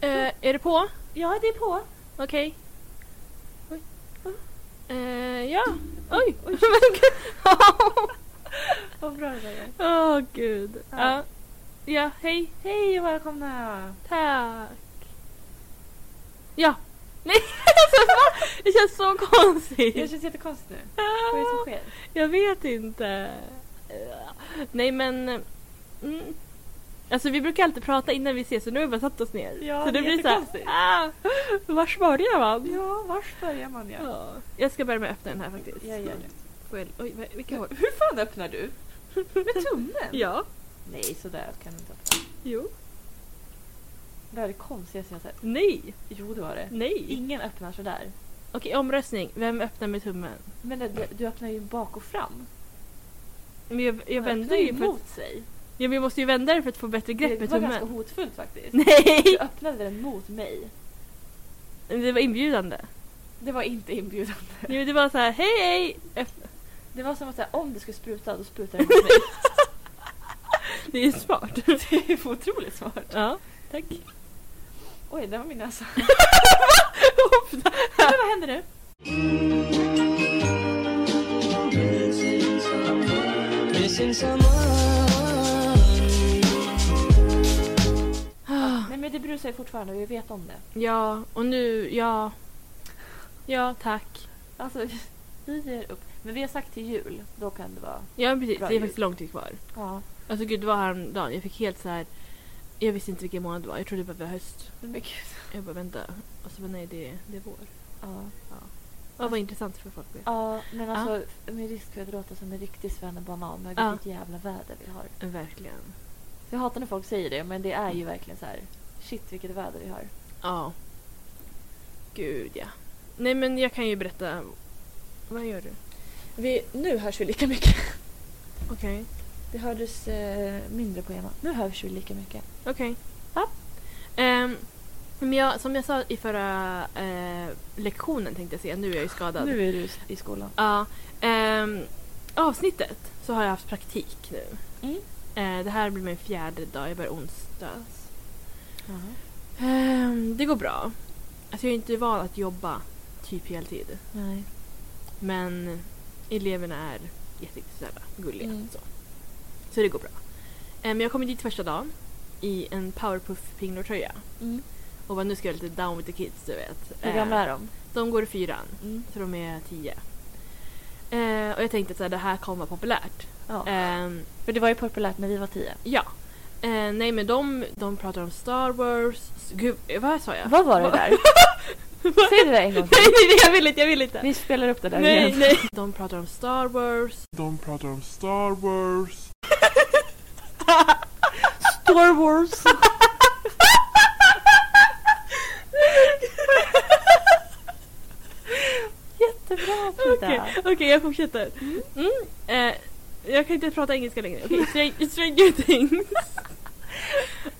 Eh, är det på? Ja, det är på. Okej. Oj. Eh, ja. Oj! Oj. Men gud. Vad bra det där är. Åh gud. Ja. Ja. ja, hej. Hej och välkomna! Tack. Ja. Nej, alltså, va? det känns så Det konstigt. Ah, känns jättekonstigt nu. Vad är det som sker? Jag vet inte. Nej men... Mm. Alltså vi brukar alltid prata innan vi ses så nu har vi bara satt oss ner. Ja, så det är så här, jättekonstigt. ah, vars börjar man? Ja, vars börjar man ja? Ja. Jag ska börja med att öppna den här faktiskt. Jag gör det. Får jag- Oj, vad- vilka hår? Hur fan öppnar du? Med tummen? Ja, Nej, sådär kan du inte öppna. jo. Det här är det konstigaste jag har sett. Nej, Jo, det var det. nej. Ingen öppnar sådär. Okej, omröstning. Vem öppnar med tummen? Men det, du öppnar ju bak och fram. Men jag, jag Man vänder öppnar ju för att, mot sig. ja, men jag måste ju vända den för att få bättre grepp det med var ganska tummen. hotfullt faktiskt. Nej! Du öppnade den mot mig. Det var inbjudande. Det var inte inbjudande. Jo, det var så här, hej hej! Öpp- Det var som att säga, om det skulle spruta, då sprutar det mot mig. Det är ju smart. det är otroligt smart. Ja, tack. Oj, där var min näsa. Hoppla. Vad händer nu? Missing someone. Nej men det brusar ju fortfarande och vi vet om det. Ja, och nu, ja. Ja, tack. Alltså, vi- vi ger upp. Men vi har sagt till jul, då kan det vara... Ja, precis. Bra Det är ljud. faktiskt lång tid kvar. Ja. Alltså gud, det var häromdagen. Jag fick helt så här... Jag visste inte vilken månad det var. Jag trodde bara det var höst. Men gud. Jag bara vänta. Och så bara nej, det är, det är vår. Ja. Ja. Ja, vad intressant för folk att veta. ja, men alltså med risk för att låta som en riktig svennebanan. Men Ja. vilket jävla väder vi har. Verkligen. Jag hatar när folk säger det, men det är ju verkligen så här. Shit vilket väder vi har. Ja. Gud ja. Nej men jag kan ju berätta. Vad gör du? Vi, nu hörs vi lika mycket. Okej. Det hördes eh, mindre på ena. Nu hörs vi lika mycket. Okej. Ja. Ehm, men jag, som jag sa i förra eh, lektionen tänkte jag säga, nu är jag ju skadad. Nu är du i skolan. Ja. ehm, avsnittet så har jag haft praktik nu. Mm. Eh, det här blir min fjärde dag, jag börjar onsdags. Ehm, det går bra. Alltså jag är inte van att jobba typ heltid. Nej. Men eleverna är jättesnälla, gulliga. Mm. Så. så det går bra. Eh, Men jag kom dit första dagen i en powerpuff tröja Mm. och bara nu ska jag lite down with the kids du vet. Hur Eh, gamla är de? De går i fyran Mm. så de är tio. Eh, och jag tänkte att så här, det här kommer vara populärt. Ja. Ehm, För det var ju populärt när vi var tio. ja. Eh, nej men de, de pratar om Star Wars. S- Gud, eh, vad sa jag? Vad var det där? Säg det där en gång till. nej, nej, nej jag vill inte, jag vill inte. Vi spelar upp det där Nej, igen. nej. De pratar om Star Wars. De pratar om Star Wars. Star Wars! Jättebra Frida! Okej, okej, jag fortsätter. Mm. Eh, jag kan inte prata engelska längre. Okej, Strang- Stranger Things.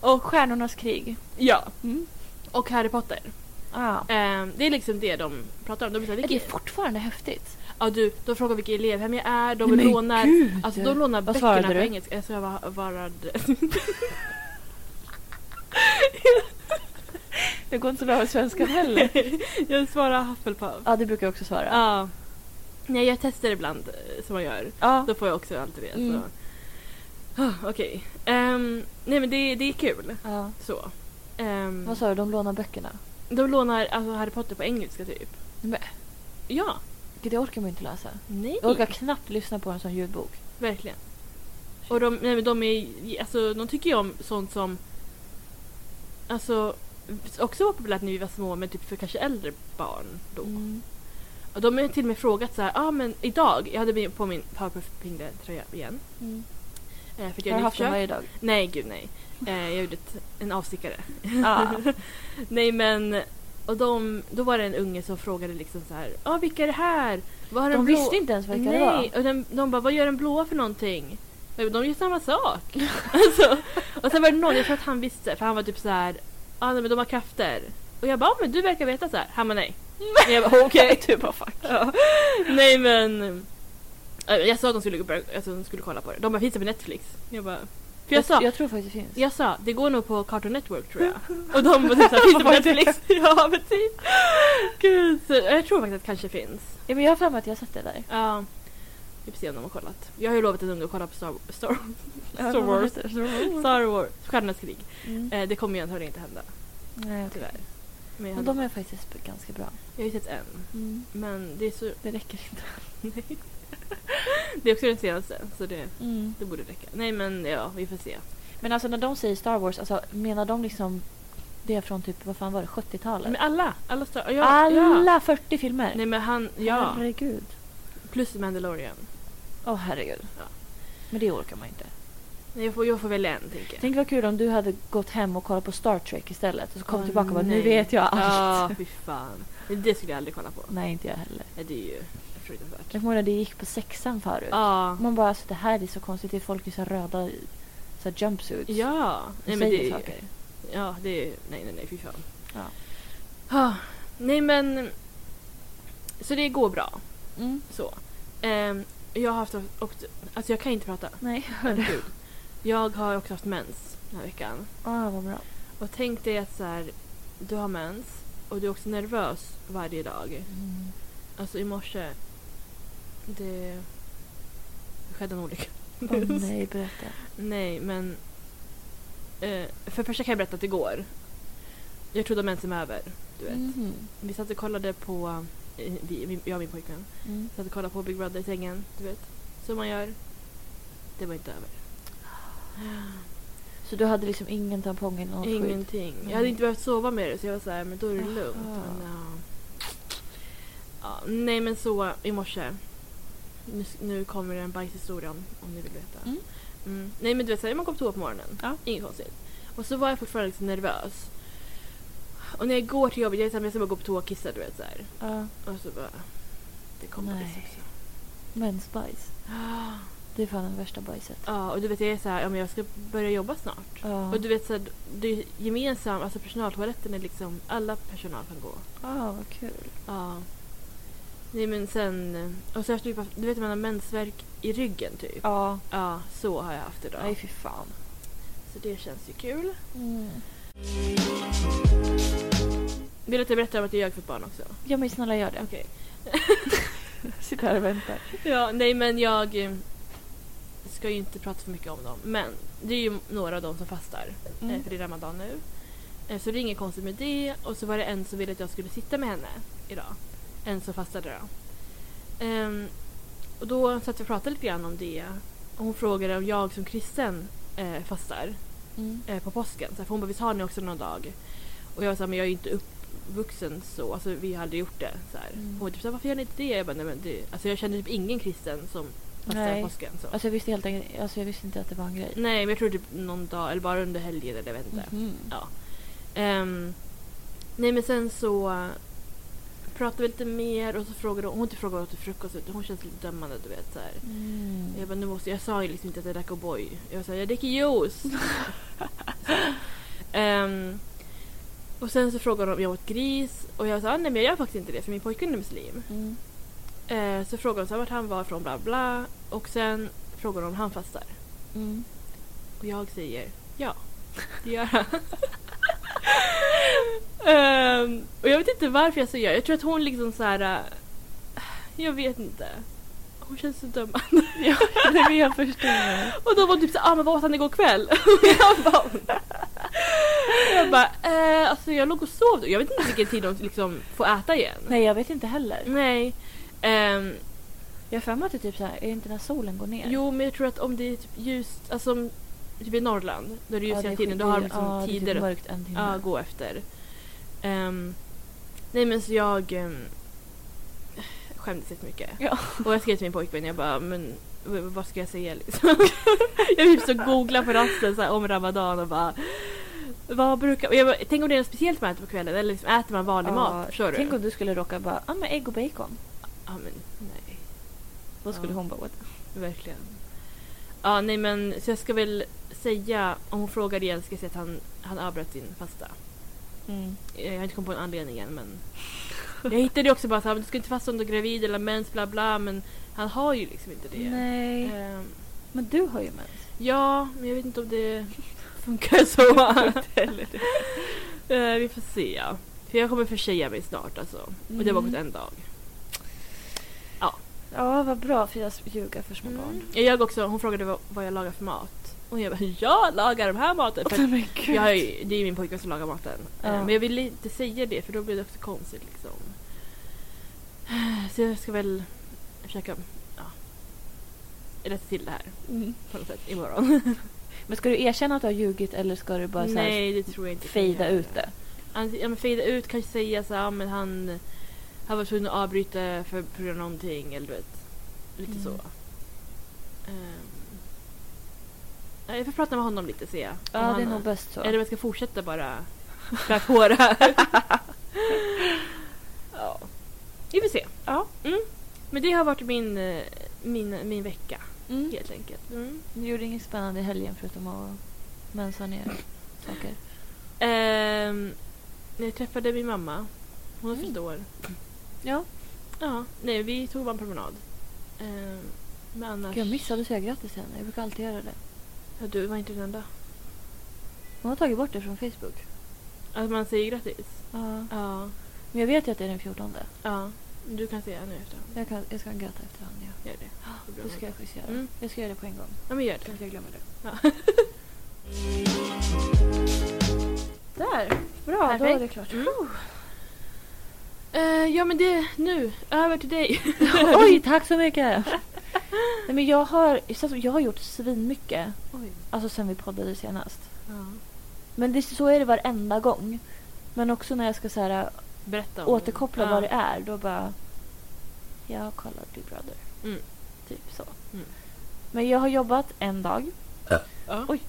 Och Stjärnornas krig. Ja. Mm. Och Harry Potter. Ah. Eh, det är liksom det de pratar om. De, blir så här, Det är vilka, fortfarande häftigt. ja, du, de frågar vilket elevhem jag är, de lånar, alltså, de lånar Vad böckerna svarade på du? engelska. Alltså, jag var, varad... Det går inte så bra med svenskan heller. jag svarar Hufflepuff. Ja, det brukar jag också svara. Ja. Nej, jag testar ibland eh, som man gör. Ja. Då får jag också alltid det. Mm. Så. Ah, Okej. Ehm, nej men det, det är kul. Ja. Så. Ehm, Vad sa du, de lånar böckerna? de lånar alltså Harry Potter på engelska typ. Men- Ja. Gud, det orkar man ju inte läsa. Nej. Jag orkar knappt lyssna på en sån ljudbok. Verkligen. Och de, nej, men de, är, alltså, de tycker ju om sånt som... Alltså, också var populärt när vi var små, men typ för kanske äldre barn då. Mm. Och de har till och med frågat så här, ah, men idag, jag hade min- på min Powerpuff Pingle-tröja igen. Mm. Eh, för att Jag jag har är haft dem nyförtjust. varje dag. Nej, gud nej. Eh, jag gjorde ett, en avstickare. Ah. Nej men, och de, då var det en unge som frågade liksom så här, ah, vilka är det här? Vad har De den blå- visste inte ens vilka Nej, det var. och den, de bara vad gör den blåa för någonting? Jag bara, De gör samma sak. alltså, och sen var det någon, jag tror att han visste, för han var typ så här, ah, nej men de har krafter. Och jag bara, ah, men du verkar veta så här. Han bara nej. Men jag bara okej. Du bara fuck. Ja. Nej men. eh, Jag sa att de skulle, börja, alltså, de skulle kolla på det. De bara, finns det på Netflix? Jag bara, För jag sa, jag tror faktiskt det finns. jag sa, det går nog på Cartoon Network tror jag. Och de var typ såhär, finns det på Vad är det? Netflix? ja men typ. Gud, så jag tror faktiskt att det kanske finns. Ja, men jag har för mig att jag har sett det där. Ja. Vi får se om de har kollat. Jag har ju lovat att unga att kolla på Star, Star, Ja, Star Wars. det var- Star Wars, Stjärnornas krig. Mm. Eh, det kommer ju antagligen inte hända, Nej, okej. tyvärr. Men jag, Men hade, de är faktiskt ganska bra. jag har ju sett en. Men det är så... Det räcker inte. Nej. det är också den senaste, så det, det borde räcka. Nej men ja, vi får se. Men alltså när de säger Star Wars, alltså, menar de liksom det från typ, vad fan var det, 70-talet? Men alla, alla Star... Ja, Ja. Alla 40 filmer! Nej men han, ja. Herregud. Plus Mandalorian. Åh herregud. Ja. Men det orkar man inte. Nej, jag, får, jag får välja en tänker jag. Tänk vad kul om du hade gått hem och kollat på Star Trek istället och så kom Åh, tillbaka och bara nu nej. vet jag allt. Ja, fy fan. Men Det skulle jag aldrig kolla på. Nej inte jag heller. Nej, Det är ju fruktansvärt. Jag kommer ihåg när det gick på sexan förut. Ja. Man bara alltså det här är så konstigt, det är folk i så här röda så här jumpsuits. Ja. Och Nej men säger det är ju... saker. Ja, det är Nej, nej, nej, fy fan. Ja. Ah, nej men... Så det går bra. Mm. Så. Ehm, jag har haft... Och, alltså jag kan inte prata. Nej, hörru. Herregud. Jag har också haft mens den här veckan. Ah, vad bra. Och tänk dig att så här, du har mens och du är också nervös varje dag. Mm. Alltså i morse... Det... det skedde en olycka. Åh, nej, berätta. Nej, men... Eh, för det första kan jag berätta att det går. Jag trodde om mensen var över. Du vet. Mhm. Vi satt och kollade på... eh, Vi, min- jag och min pojkvän. Mm. Satt och kollade på Big Brother i sängen. Du vet. Som man gör. Det var inte över. Så du hade liksom ingen tampong eller något skydd? Ingenting. Jag hade inte behövt sova med det så jag var så här, men då är det Aha. lugnt. Men, ja. Ja, nej men så i morse. Nu, nu kommer det en bajshistoria om, om ni vill veta. Mm. Mm. Nej men du vet såhär, man kom på toa på morgonen. Ja. Inget konstigt. Och så var jag fortfarande lite nervös. Och när jag går till jobbet, jag är såhär, men jag ska bara gå på toa och kissa du vet såhär. Ja. Och så bara... Det kom Nej. bajs också. Mensbajs. Det är fan det värsta bajset. Ja och du vet jag är såhär, ja men jag ska börja jobba snart. Ja. Och du vet såhär, det är gemensam, alltså personaltoaletten är liksom, alla personal kan gå. Ah, vad kul. Ja. Nej men sen... Och så efter, du vet man har mensvärk i ryggen typ. Ja. Ja. så har jag haft idag. Nej, fy fan. Så det känns ju kul. Mm. Vill du att jag berättar om att jag ljög för ett barn också? Ja, men snälla gör det. Mm. Okej. Sitter här och väntar. Ja, nej men jag eh, ska ju inte prata för mycket om dem. Men det är ju några av dem som fastar. Mm. eh, För det är Ramadan nu. Eh, Så det är inget konstigt med det. Och så var det en som ville att jag skulle sitta med henne idag. En som fastade då. Ehm, och då satt vi och pratade lite grann om det. Och hon frågade om jag som kristen eh, fastar. Mm. eh, på påsken. Så här, för hon bara, visst har ni också någon dag? Och jag var såhär, men jag är ju inte uppvuxen så. Alltså vi har aldrig gjort det. Så här. Mm. Hon var typ såhär, varför gör ni inte det? Jag bara, nej men det... Alltså jag känner typ ingen kristen som fastar Nej. på påsken. Så. Alltså jag visste helt enkelt alltså, jag visste inte att det var en grej. Nej, men jag tror typ någon dag, eller bara under helgen eller jag vet inte. Mhm. Ehm, nej men sen så pratade vi lite mer och så frågade hon, typ hon inte frågade åt frukost utan hon känns lite dömande du vet så här. Mm. Jag bara, nu måste, jag sa ju liksom inte att jag drack O'boy. Jag sa, jag dricker juice. Ehm, och sen så frågade hon om jag åt gris och jag sa, ah, nej men jag gör faktiskt inte det för min pojkvän är muslim. Mm. Eh, så frågade hon så här, vart han var från bla bla och sen frågade hon om han fastar. Mm. Och jag säger ja, det gör han. Ehm, och jag vet inte varför jag sa ja. Jag tror att hon liksom så här. äh, jag vet inte. Hon känns så dömande. Ja, nej, men jag förstår. Och då var hon typ såhär, ah, men vad åt han igår kväll? Och jag bara, jag bara eh, alltså jag låg och sov då. Jag vet inte vilken tid de liksom får äta igen. Nej, jag vet inte heller. Nej. Ehm, Jag har för mig att det är typ så här, är det inte när solen går ner? jo men jag tror att om det är typ ljust, alltså om, typ i Norrland, då är det ljust hela tiden. Då har de liksom ja, det är tider Typ att mörkt en timme. ja, gå efter. Ehm, nej men så jag um, skämdes jättemycket. Ja. Och jag skrev till min pojkvän, jag bara men v- vad ska jag säga liksom? jag typ så googla på rasten så här, om Ramadan och bara vad brukar, och jag bara, tänk om det är något speciellt man äter på kvällen eller liksom, äter man vanlig Ja, mat? Förstår du? Tänk om du skulle råka bara, ah, men ägg och bacon. Ja men nej, Då skulle Ja. hon bara, what? verkligen. Ja nej men så jag ska väl säga, om hon frågar igen ska jag säga att han, han avbröt sin fasta. Mm. Jag har inte kommit på en anledning än men jag hittade ju också bara så här, men du ska inte fasta om du är gravid eller mens bla bla men han har ju liksom inte det. Nej. Ehm, Men du har ju mens. Ja, men jag vet inte om det funkar så. Eller det. Eh, vi får se. Ja. För jag kommer förtjeja mig snart alltså. Och det var bara en dag. Ja, vad bra för jag ljuga för Mm. små barn. Jag ljög också, hon frågade vad, vad jag lagar för mat. Och jag bara, jag lagar den här maten! För att men gud. jag, har ju- det är ju min pojkvän som lagar maten. Ja. Eh, Men jag vill inte säga det för då blir det också konstigt liksom. Så jag ska väl försöka ja, rätta till det här Mm. på något sätt imorgon. Men ska du erkänna att du har ljugit eller ska du bara så här Nej, det tror jag inte. fejda ut det? Antingen- Alltså, Ja, men fejda ut, kanske säga så här, "Ja, men han, han var tvungen att avbryta för, på grund av någonting eller du vet. Lite Mm. så. Ehm. Ja, jag får prata med honom lite se. Ja, det är nog bäst så. Eller om jag ska fortsätta bara frakåra. ja. Vi får se. Ja. Mm. Men det har varit min, eh, min, min vecka Mm. helt enkelt. Mm. Du gjorde inget spännande i helgen förutom att mensa ner saker? Ehm, när jag träffade min mamma, hon har Mm. fyllt år. Ja. Ja, nej vi tog bara en promenad. Ehm, men annars... Gud, jag missade att säga grattis till henne. Jag brukar alltid göra det. Ja, du var inte den enda. Hon har tagit bort det från Facebook. Att Alltså, man säger grattis? Ja. Ja. Men jag vet ju att det är den 14. Ja. Du kan säga nu efterhand. Jag, kan, jag ska gratta efterhand. Ja. Gör det. Det blir Det bra. ska jag faktiskt göra. Mm. Jag ska göra det på en gång. Ja men gör Så det. att jag glömmer det. Där! Bra, då Perfekt. är det klart. Mm. Eh, ja men det, nu, över till dig. Oj, tack så mycket! Nej, men jag, har, alltså, jag har gjort svinmycket Oj. alltså, sen vi poddade senast. Ja. Men det, så är det varenda gång. Men också när jag ska så här, äh, Berätta om återkoppla ja. vad det är, då bara... Jag kollar Big Brother. Mm. Typ så. Mm. Men jag har jobbat en dag. Ja. Oj.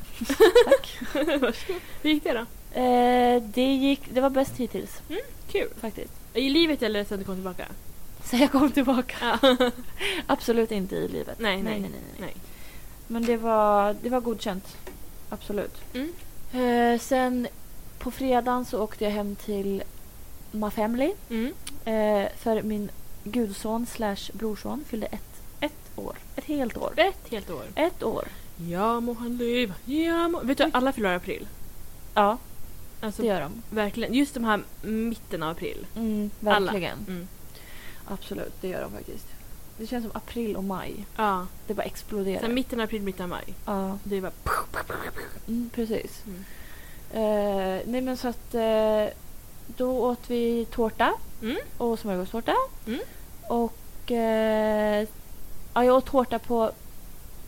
Tack. Varsågod. Hur gick det då? eh, det, gick, det var bäst hittills Kul. faktiskt. I livet eller sen du kom tillbaka? Sen jag kom tillbaka. Ja. Absolut inte i livet. Nej, nej, nej, nej, nej. nej. Men det var, det var godkänt. Absolut. Mm. Eh, sen på fredagen så åkte jag hem till my family. Mm. Eh, för min gudson slash brorson fyllde ett, ett år. Ett helt år. Ett helt år. Ett år. Ja må han leva, ja må... Vet du alla fyller i april? Ja, Alltså det gör de. verkligen, just de här mitten av april. Mm, Alla. verkligen. Mm. Absolut, det gör de faktiskt. Det känns som april och maj. Ja. Det bara exploderar. Sen mitten av april, mitten av maj. ja, Det är bara... mm, precis. Mm. Eh, nej men så att eh, då åt vi tårta Mm. och smörgåstårta. Mm. Och eh, ja, jag åt tårta på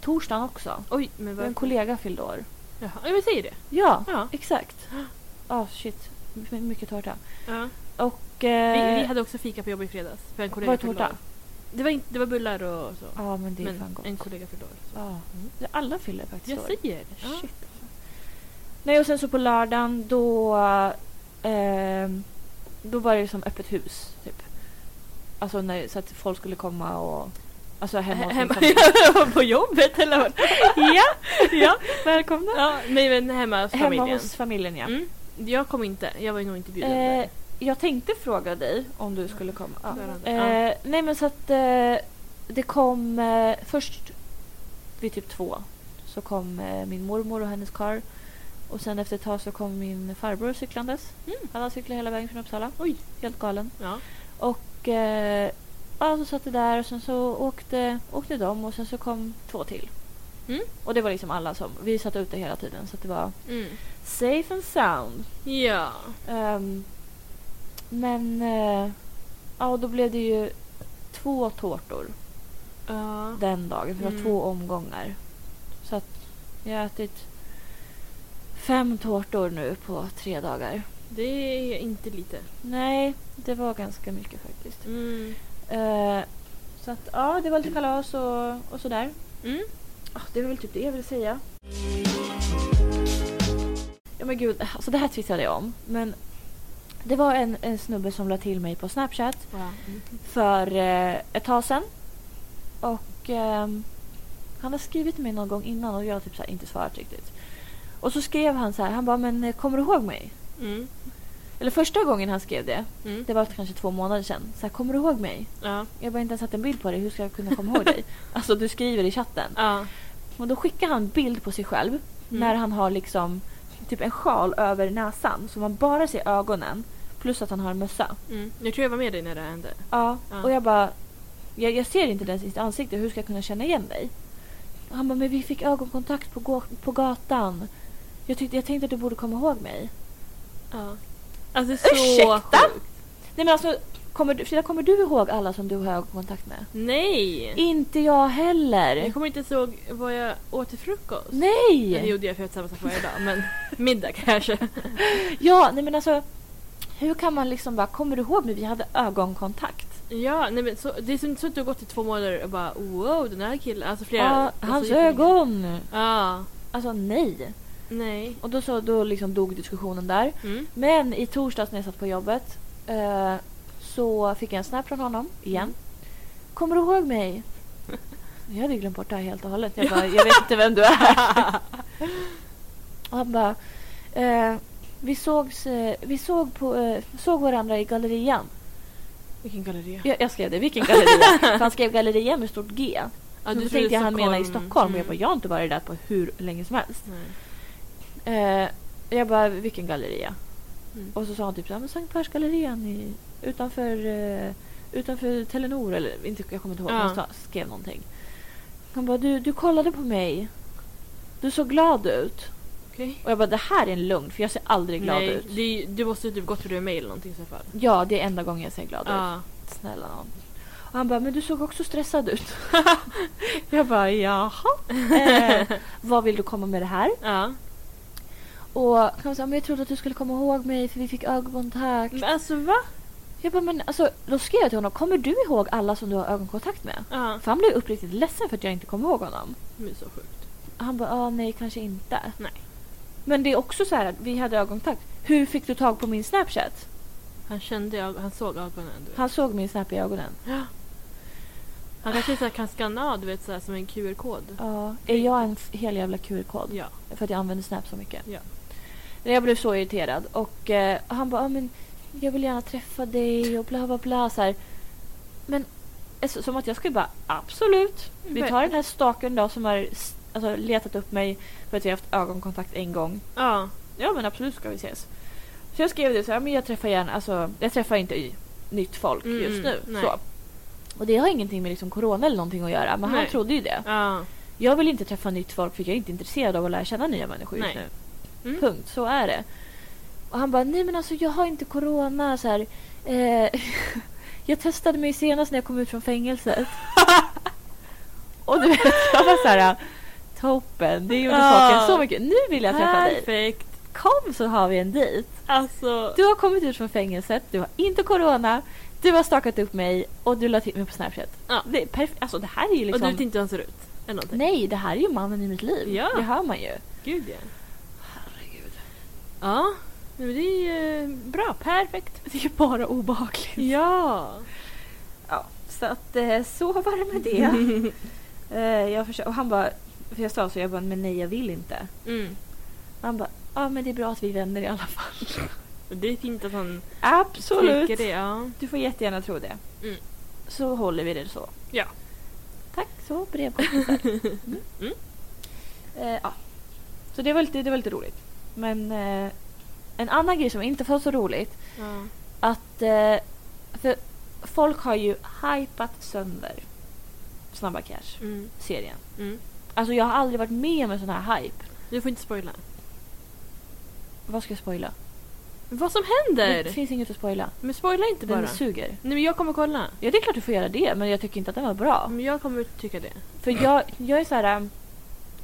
torsdagen också. Oj, men vad... En kollega fyllde år. Jaha, ja, men säg det. Ja, Ja. exakt. Ja, shit. My- mycket tårta. ja. Och... Vi, Eh, vi hade också fika på jobbet i fredags. För en kollega var det fyllde tårta? år. Det var, inte, det var bullar och så. Ja, men det är fan men gott. en kollega fyllde år. så. Ja. Alla fyller faktiskt Jag år. säger det. Ja. Shit. alltså. Nej, och sen så på lördagen då... ehm, då var det som öppet hus, typ. Alltså när, så att folk skulle komma och... Alltså hemma hos min Hemma- familj. på jobbet eller vad? ja, ja, välkomna. Ja, nej men hemma hos familjen. Hemma hos familjen, ja. Mm. Jag kom inte, jag var ju nog inte bjuden. där. Eh, jag tänkte fråga dig om du skulle komma. Ja. Rörande. Ja. Eh, nej men så att eh, det kom eh, först vid typ två så kom eh, min mormor och hennes karl. Och sen efter ett tag så kom min farbror cyklandes. Mm. Han cyklade hela vägen från Uppsala. Oj. Helt galen. Ja. Och eh, ja, så satt det där och sen så åkte, åkte de och sen så kom två till. Mm. Och det var liksom alla som, vi satt ute hela tiden så att det var Mm. safe and sound. ja. Ehm, men eh, ja, och då blev det ju två tårtor Ja. den dagen. För det var Mm. två omgångar. Så att jag har ätit fem tårtor nu på tre dagar. Det är inte lite. Nej, det var ganska mycket faktiskt. Mm. Eh, så att ja, det var lite kalas och, och sådär. Mm. Ja, det var väl typ det jag ville säga. Ja men gud, alltså det här twittrade jag om. Men det var en, en snubbe som la till mig på Snapchat Ja. Mm. för eh, ett tag sedan. Och ehm, han har skrivit till mig någon gång innan och jag har typ så här inte svarat riktigt. Och så skrev han så här, han bara men eh, kommer du ihåg mig? Mm. Eller första gången han skrev det, Mm. det var kanske två månader sedan. Så här, kommer du ihåg mig? Ja. Jag har bara inte ens sett en bild på dig, hur ska jag kunna komma ihåg dig? Alltså du skriver i chatten. Ja. Och då skickar han bild på sig själv Mm. när han har liksom typ en sjal över näsan så man bara ser ögonen plus att han har en mössa. Mm. Jag tror jag var med dig när det hände. Ja. Ja. Och jag bara, jag, jag ser inte ens ditt ansikte, hur ska jag kunna känna igen dig? Och han bara, men vi fick ögonkontakt på, gå- på gatan. Jag, tyckte, jag tänkte att du borde komma ihåg mig. Ja. Alltså det är så Ursäkta? sjukt. Nej men alltså, kommer du, Frida, kommer du ihåg alla som du har ögonkontakt med? Nej! Inte jag heller. Jag kommer inte ens ihåg vad jag åt till frukost. Nej! Eller Det gjorde jag för jag åt samma sak varje dag. Men middag kanske. Ja, nej men alltså. Hur kan man liksom bara, kommer du ihåg mig? Vi hade ögonkontakt. Ja, nej men så, det är som- så att du har gått i två månader och bara wow den här killen. Alltså flera. Ja, alltså, hans jättelänge. ögon! Ja. Alltså nej. Nej. Och då, så, då liksom dog diskussionen där. Mm. Men i torsdags när jag satt på jobbet eh, så fick jag en snap från honom igen. Mm. Kommer du ihåg mig? Jag hade ju glömt bort det här helt och hållet. Jag bara, jag vet inte vem du är. Och han bara, eh, vi, sågs, eh, vi såg, på, eh, såg varandra i gallerian. Vilken galleria. Jag, jag skrev det, vilken galleria? För han skrev galleria med stort G. Ja, så då trodde tänkte jag han Stockholm- menar i Stockholm. Mm. Och jag bara, jag har inte varit där på hur länge som helst. Nej. Eh, jag bara, vilken galleria? Mm. Och så sa han typ så här, men Sankt Persgallerian i, utanför, eh, utanför Telenor eller inte, jag kommer inte ihåg, Ja. han sa, skrev någonting. Han bara, du, du kollade på mig. Du såg glad ut. Okej. Och jag bara, det här är en lugn för jag ser aldrig glad Nej, ut. du, du måste ju typ gått för du är med eller någonting i så fall. Ja, det är enda gången jag ser glad ut. Ja. Snälla nån. Och han bara, men du såg också stressad ut. jag bara, jaha. Eh, vad vill du komma med det här? ja. Och han sa, men jag trodde att du skulle komma ihåg mig för vi fick ögonkontakt. Men alltså va? Jag bara, men alltså, då skrev jag till honom, kommer du ihåg alla som du har ögonkontakt med? Ja. För han blev uppriktigt ledsen för att jag inte kom ihåg honom. Men så sjukt. Han bara, ah, nej kanske inte. Nej. Men det är också så här att vi hade ögonkontakt. Hur fick du tag på min snapchat? Han kände, jag, han såg ögonen. Du vet. Han såg min snap i ögonen. Han kanske så här kan scanna av, du vet så här, som en QR-kod. Ja. Är jag en f- hel jävla QR-kod? Ja. För att jag använder snap så mycket. Ja. Nej, Jag blev så irriterad och eh, han bara, ah, men jag vill gärna träffa dig och bla bla bla. Så här. Men alltså, som att jag skulle bara, absolut. Vi tar den här staken då som har s- alltså, letat upp mig för att vi har haft ögonkontakt en gång. Ja. Ja men absolut ska vi ses. Så jag skrev det så här, men jag träffar gärna, alltså jag träffar inte y- nytt folk Mm, just nu. nej. Så. Och det har ingenting med liksom corona eller någonting att göra, men han Nej. trodde ju det. Ja. Jag vill inte träffa nytt folk för jag är inte intresserad av att lära känna nya människor just Nej. nu. Mm. Punkt, så är det. Och han bara, nej men alltså jag har inte corona. Så här, eh, jag testade mig senast när jag kom ut från fängelset. och du vet, jag var så här, toppen, det gjorde Ja. saken så mycket. Nu vill jag träffa dig. Perfekt. Kom så har vi en dejt. Alltså. Du har kommit ut från fängelset, du har inte corona, du har stakat upp mig och du la till mig på Snapchat. Ja. Det, är perf- alltså, det här är ju Och liksom... du vet inte hur han ser ut? Eller någonting. Nej, det här är ju mannen i mitt liv. Ja. Det hör man ju. Gud ja. Herregud. Ja. Nej, men det är eh, bra. Perfekt. Det är ju bara obehagligt. Ja. Ja, så att eh, så var det med det. Eh, jag försökte, och han bara, för jag sa så, jag bara men nej jag vill inte. Mm. Och han bara, ja men det är bra att vi är vänner i alla fall. Och Det är fint att han Absolut. tycker det. Ja. Du får jättegärna tro det. Mm. Så håller vi det så. Ja. Tack så, brevkompisar. Mm. Mm. Eh, ja. Så det var lite, det var lite roligt. Men eh, en annan grej som inte var så roligt ja. att eh, för folk har ju hypat sönder Snabba Cash Mm. serien. Mm. Alltså jag har aldrig varit med om en sån här hype. Du får inte spoila. Vad ska jag spoila? Vad som händer! Det finns inget att spoila. Men spoila inte bara. Den suger. Nej men jag kommer kolla. Ja det är klart du får göra det men jag tycker inte att den var bra. Men jag kommer tycka det. För jag, jag är så här. ähm,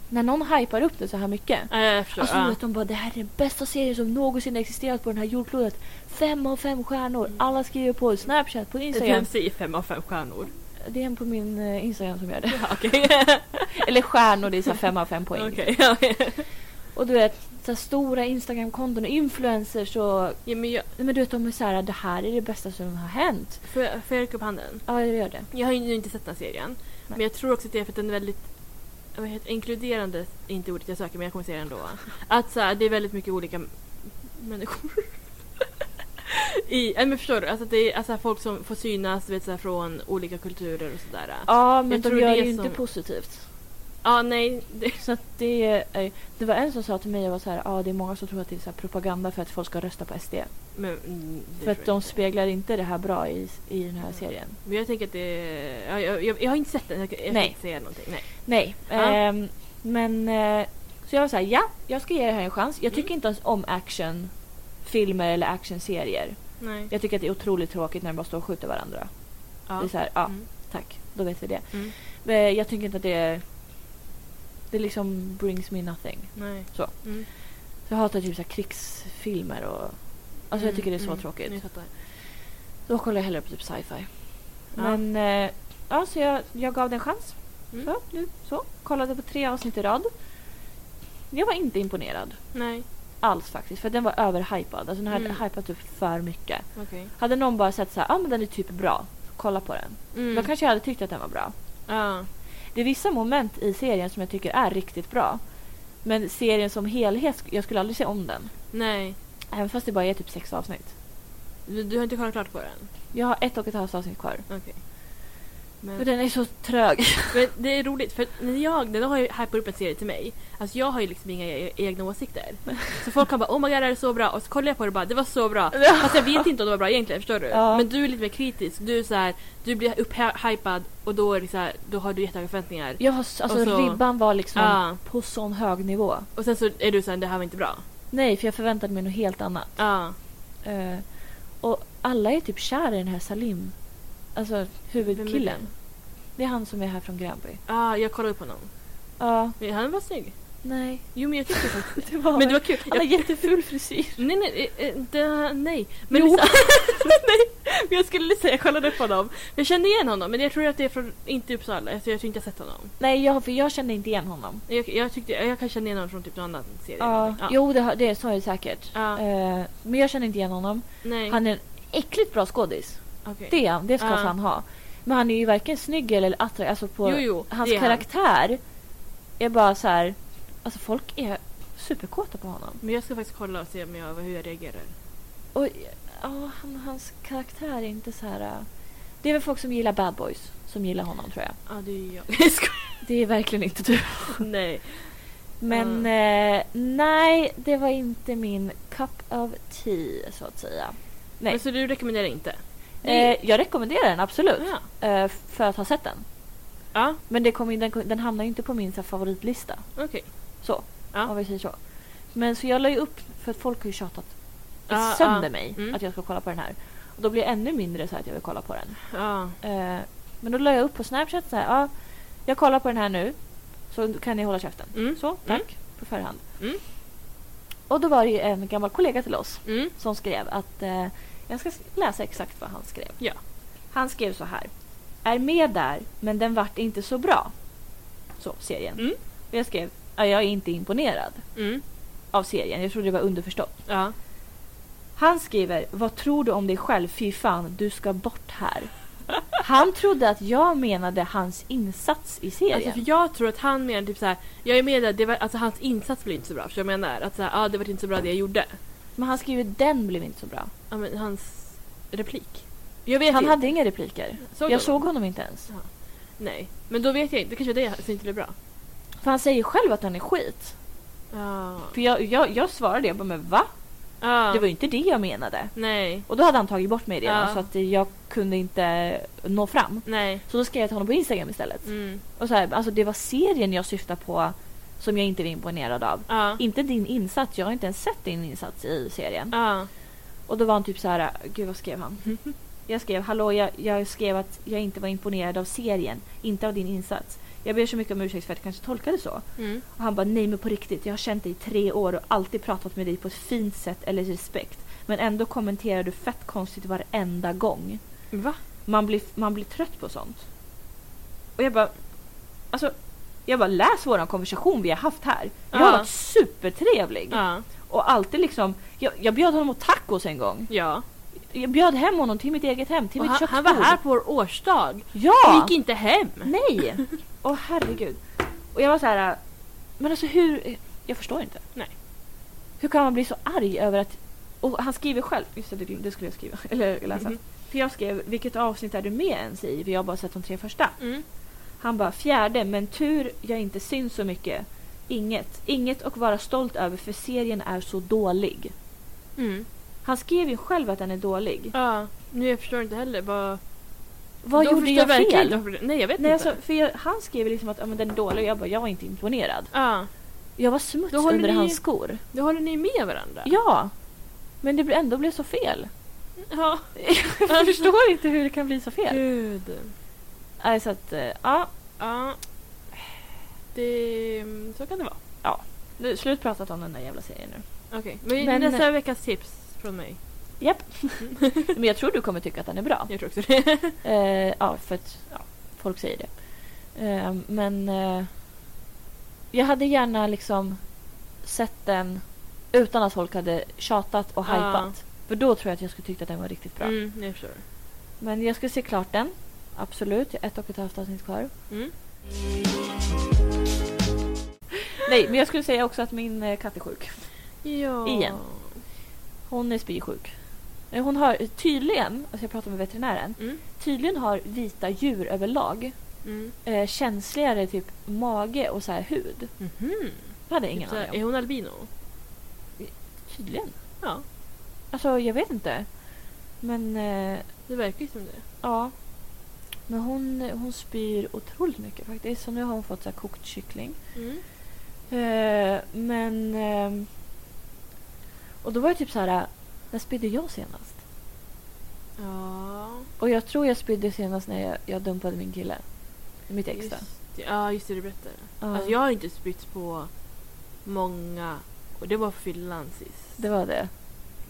När någon hypar upp det så här mycket. Ja, Eh, jag förstår. Alltså du ja. vet de bara det här är den bästa serien som någonsin existerat på den här jordklotet. Fem av fem stjärnor. Mm. Alla skriver på Snapchat, på Instagram. FMC är fem av fem stjärnor. Det är en på min eh, Instagram som gör det. Ja, Okej. Eller stjärnor, det är så här fem av fem poäng. Okej, ja, ja. Och du vet, så här stora Instagram-konton och influencers och... Ja, men jag, Nej, Men du vet de är så här, det här är det bästa som har hänt. får, jag, får jag räcka upp handen? Ja, jag gör det. Jag har ju nu inte sett den här serien. Men jag tror också att det är för att den är väldigt vad heter, inkluderande, är inte ordet jag söker men jag kommer säga det ändå. Att så här, det är väldigt mycket olika m- människor. I, nej, men förstår du? Alltså, att det är alltså, här, folk som får synas du vet, så här, från olika kulturer och sådär. Ja, men Jag de tror gör det ju är inte som- positivt. Ja, nej. Det, Så att det, är- det var en som sa till mig, jag var så här, ah, det är många som tror att det är så här propaganda för att folk ska rösta på SD. men, mm, det För tror jag att inte. de Mm. speglar inte det här bra i, i den här serien. Men jag tänker att det... Ja, jag, jag, jag har inte sett den, jag, kan- jag kan Nej. inte säga någonting. Nej. Nej, Ja. ehm, men eh, så jag var så här, ja, jag ska ge det här en chans. Jag tycker Mm. inte ens om actionfilmer eller actionserier. nej. Jag tycker att det är otroligt tråkigt när de bara står och skjuter varandra. Ja. Det är så här, ja, Mm. tack, då vet vi det. Mm. Men jag tycker inte att det det liksom brings me nothing. Nej. Så. Mm. Så jag hatar typ så här krigsfilmer och alltså jag Mm, tycker det är så mm. tråkigt. Jag fattar. Då kollar jag hellre på typ sci-fi. Ja. Men eh, ja, så jag, jag gav den en chans. Mm. Så, nu, så. Kollade på tre avsnitt i rad. Jag var inte imponerad Nej, alls faktiskt för den var överhypad. Alltså den hade Mm. hypat upp för mycket. okej. Hade någon bara sett så här, ah, men den är typ bra, kolla på den. Mm. Då kanske jag hade tyckt att den var bra. Ja. Det är vissa moment i serien som jag tycker är riktigt bra. Men serien som helhet, sk- jag skulle aldrig se om den. Nej. Även fast det bara är typ sex avsnitt. Du, du har inte kollat klart på den? Jag har ett och ett halvt avsnitt kvar. Okej. Men, För den är så trög. men det är roligt för när jag, när de har ju hypat upp en serie till mig, alltså jag har ju liksom inga e- egna åsikter. Så folk kan bara oh my god det här är så bra och så kollar jag på det och bara det var så bra. Fast jag vet inte om det var bra egentligen, förstår du? Ja. Men du är lite mer kritisk, du är så här, du blir upphypad och då, är det så här, då har du jättehöga förväntningar. Jag har, s- alltså Och så- ribban var liksom Ja. på sån hög nivå. Och sen så är du såhär det här var inte bra. Nej, för jag förväntade mig något helt annat. Ja. Eh, och alla är typ kär i den här Salim. Alltså Vem är huvudkillen. det? Det är han som är här från Gränby. Ja, jag kollade upp honom. Ja, Men Han var snygg. nej. Jo men jag tyckte faktiskt Det var... Men det var kul. Han har jätteful frisyr. Nej, nej, eh, eh, det, nej. Men Jo. Lisa, nej, men jag skulle säga, jag kollade upp honom. Jag kände igen honom, men jag tror att det är från, inte Uppsala, alltså jag tror inte jag sett honom. Nej, jag, för jag kände inte igen honom. Jag, jag, tyckte, jag kan känna igen honom från typ någon annan serie. eller Ja, någonting. Ja. Jo, det, har- det sa jag säkert. Ja. Eh, men jag känner inte igen honom. nej, Han är en äckligt bra skådis. okej. Det, är han. det ska Ja. han ha. Men han är ju varken snygg eller attraktiv. Alltså på Jo, jo, hans det är han. karaktär är bara så här... Alltså folk är superkåta på honom. Men jag ska faktiskt kolla och se om jag, hur jag reagerar. Och ja, han, hans karaktär är inte så här... eh, Det är väl folk som gillar bad boys som gillar honom tror jag. Ja, det är jag. jag. skojar. Det är verkligen inte du. nej. Mm. Men eh, nej, det var inte min cup of tea så att säga. Nej. Men så du rekommenderar inte? Eh, jag rekommenderar den absolut. Ja. Eh, för att ha sett den. Ja, Men det kom, ju- den, den hamnar ju inte på min så här, favoritlista. okej. Så, Ja. om vi säger så. Men så jag la ju upp, för att folk har ju tjatat Ja, sönder ja. mig Mm. att jag ska kolla på den här. Och då blir jag ännu mindre så här att jag vill kolla på den. Ja. Eh, men då la jag upp på Snapchat så här, ja, jag kollar på den här nu. Så kan ni hålla käften. Mm. Så, tack. På förhand. Mm. Och då var det ju en gammal kollega till oss Mm. som skrev att... Eh, jag ska läsa exakt vad han skrev. Ja. Han skrev så här. Är med där, men den vart inte så bra. Så, serien. Mm. Och jag skrev, "Ja, jag är inte imponerad Mm. av serien. Jag trodde det var underförstått. Ja. Han skriver, vad tror du om dig själv? Fy fan, du ska bort här. Han trodde att jag menade hans insats i serien. Alltså, för jag tror att han menar typ såhär, jag är med där, det var, alltså hans insats blev inte så bra. För jag menar att såhär, ja det var inte så bra det jag gjorde. Men han skriver, den blev inte så bra. Ja, men hans replik. Jag vet Han inte. hade inga repliker. Såg jag du såg honom inte ens. Nej, men då vet jag inte. Det kanske var det som inte blev bra. För han säger själv att han är skit. Ja. För jag, jag, jag svarade, jag bara, men va? Ja. Det var ju inte det jag menade. Nej, Och då hade han tagit bort mig redan Ja. så att eh, jag kunde inte nå fram. nej. Så då skrev jag till honom på Instagram istället. Mm. Och så här, alltså det var serien jag syftade på som jag inte var imponerad av. Ja. Inte din insats, jag har inte ens sett din insats i serien. Ja. Och då var han typ så här, gud vad skrev han? Jag skrev, hallå jag, jag skrev att jag inte var imponerad av serien, inte av din insats. Jag ber så mycket om ursäkt för att jag kanske tolkade så. Mm. Och han bara nej men på riktigt, jag har känt dig i tre år och alltid pratat med dig på ett fint sätt eller respekt. Men ändå kommenterar du fett konstigt varenda gång. Va? Man blir, man blir trött på sånt. Och jag bara, alltså, jag bara läs våran konversation vi har haft här. Jag har Ja. varit supertrevlig. Ja. Och alltid liksom, jag, jag bjöd honom på tacos en gång. ja. Jag bjöd hem honom till mitt eget hem, till Och mitt han, han köksbord. var här på vår årsdag. Och Ja! gick inte hem. Nej! Åh herregud. Och jag var så här, men alltså hur, jag förstår inte. Nej. Hur kan man bli så arg över att, och han skriver själv, just det, det skulle jag skriva, eller läsa. Mhm. För jag skrev, vilket avsnitt är du med ens i? För jag har bara sett de tre första. Mm. Han bara fjärde, men tur jag inte syns så mycket. Inget. Inget att vara stolt över för serien är så dålig. Mm. Han skrev ju själv att den är dålig. Ja, nu jag förstår inte heller vad... Vad Då gjorde förstår jag verkligen fel? inte varför det- Nej, jag vet Nej, inte. alltså, för jag, han skrev liksom att ja, men den är dålig och jag bara, jag var inte imponerad. Ja, Jag var smuts Då håller under ni- hans skor. då håller ni med varandra. Ja! Men det blir- ändå blev så fel. Ja. Jag förstår inte hur det kan bli så fel. Gud. Nej, så att, eh, ja. Ja. Det... Så kan det vara. Nu, slut pratat om den där jävla serien nu. Okej. Men, Men- nästa veckas tips från mig. Japp. Men jag tror du kommer tycka att den är bra. Jag tror också det. Eh, ja, för att ja, folk säger det. Eh, men eh, jag hade gärna liksom sett den utan att folk hade tjatat och Ja. hypat. För då tror jag att jag skulle tycka att den var riktigt bra. Mm, jag förstår. Men jag ska se klart den. Absolut. Jag har ett och ett halvt avsnitt kvar. Mm. Nej, men jag skulle säga också att min eh, katt är sjuk. Ja. Igen. Hon är spysjuk. Eh, Hon har tydligen, alltså jag pratade med veterinären, Mm. tydligen har vita djur överlag Mm. eh, känsligare typ mage och så här hud. Mhm. Det hade jag ingen Typ så här, aning om. Är hon albino? Tydligen. Ja, Alltså jag vet inte. Men eh, det verkar ju som det. ja. Men hon, hon spyr otroligt mycket faktiskt. Så nu har hon fått så här kokt kyckling. Mm. Eh, men... ehm, och då var jag typ så här. När spydde jag senast? Ja. Och jag tror jag spydde senast när jag, jag dumpade min kille. Mitt ex då. Just, det- ja, just det. Du berättade. Ja, Alltså, jag har inte spytt på många. Och det var på fyllan sist. Det var det.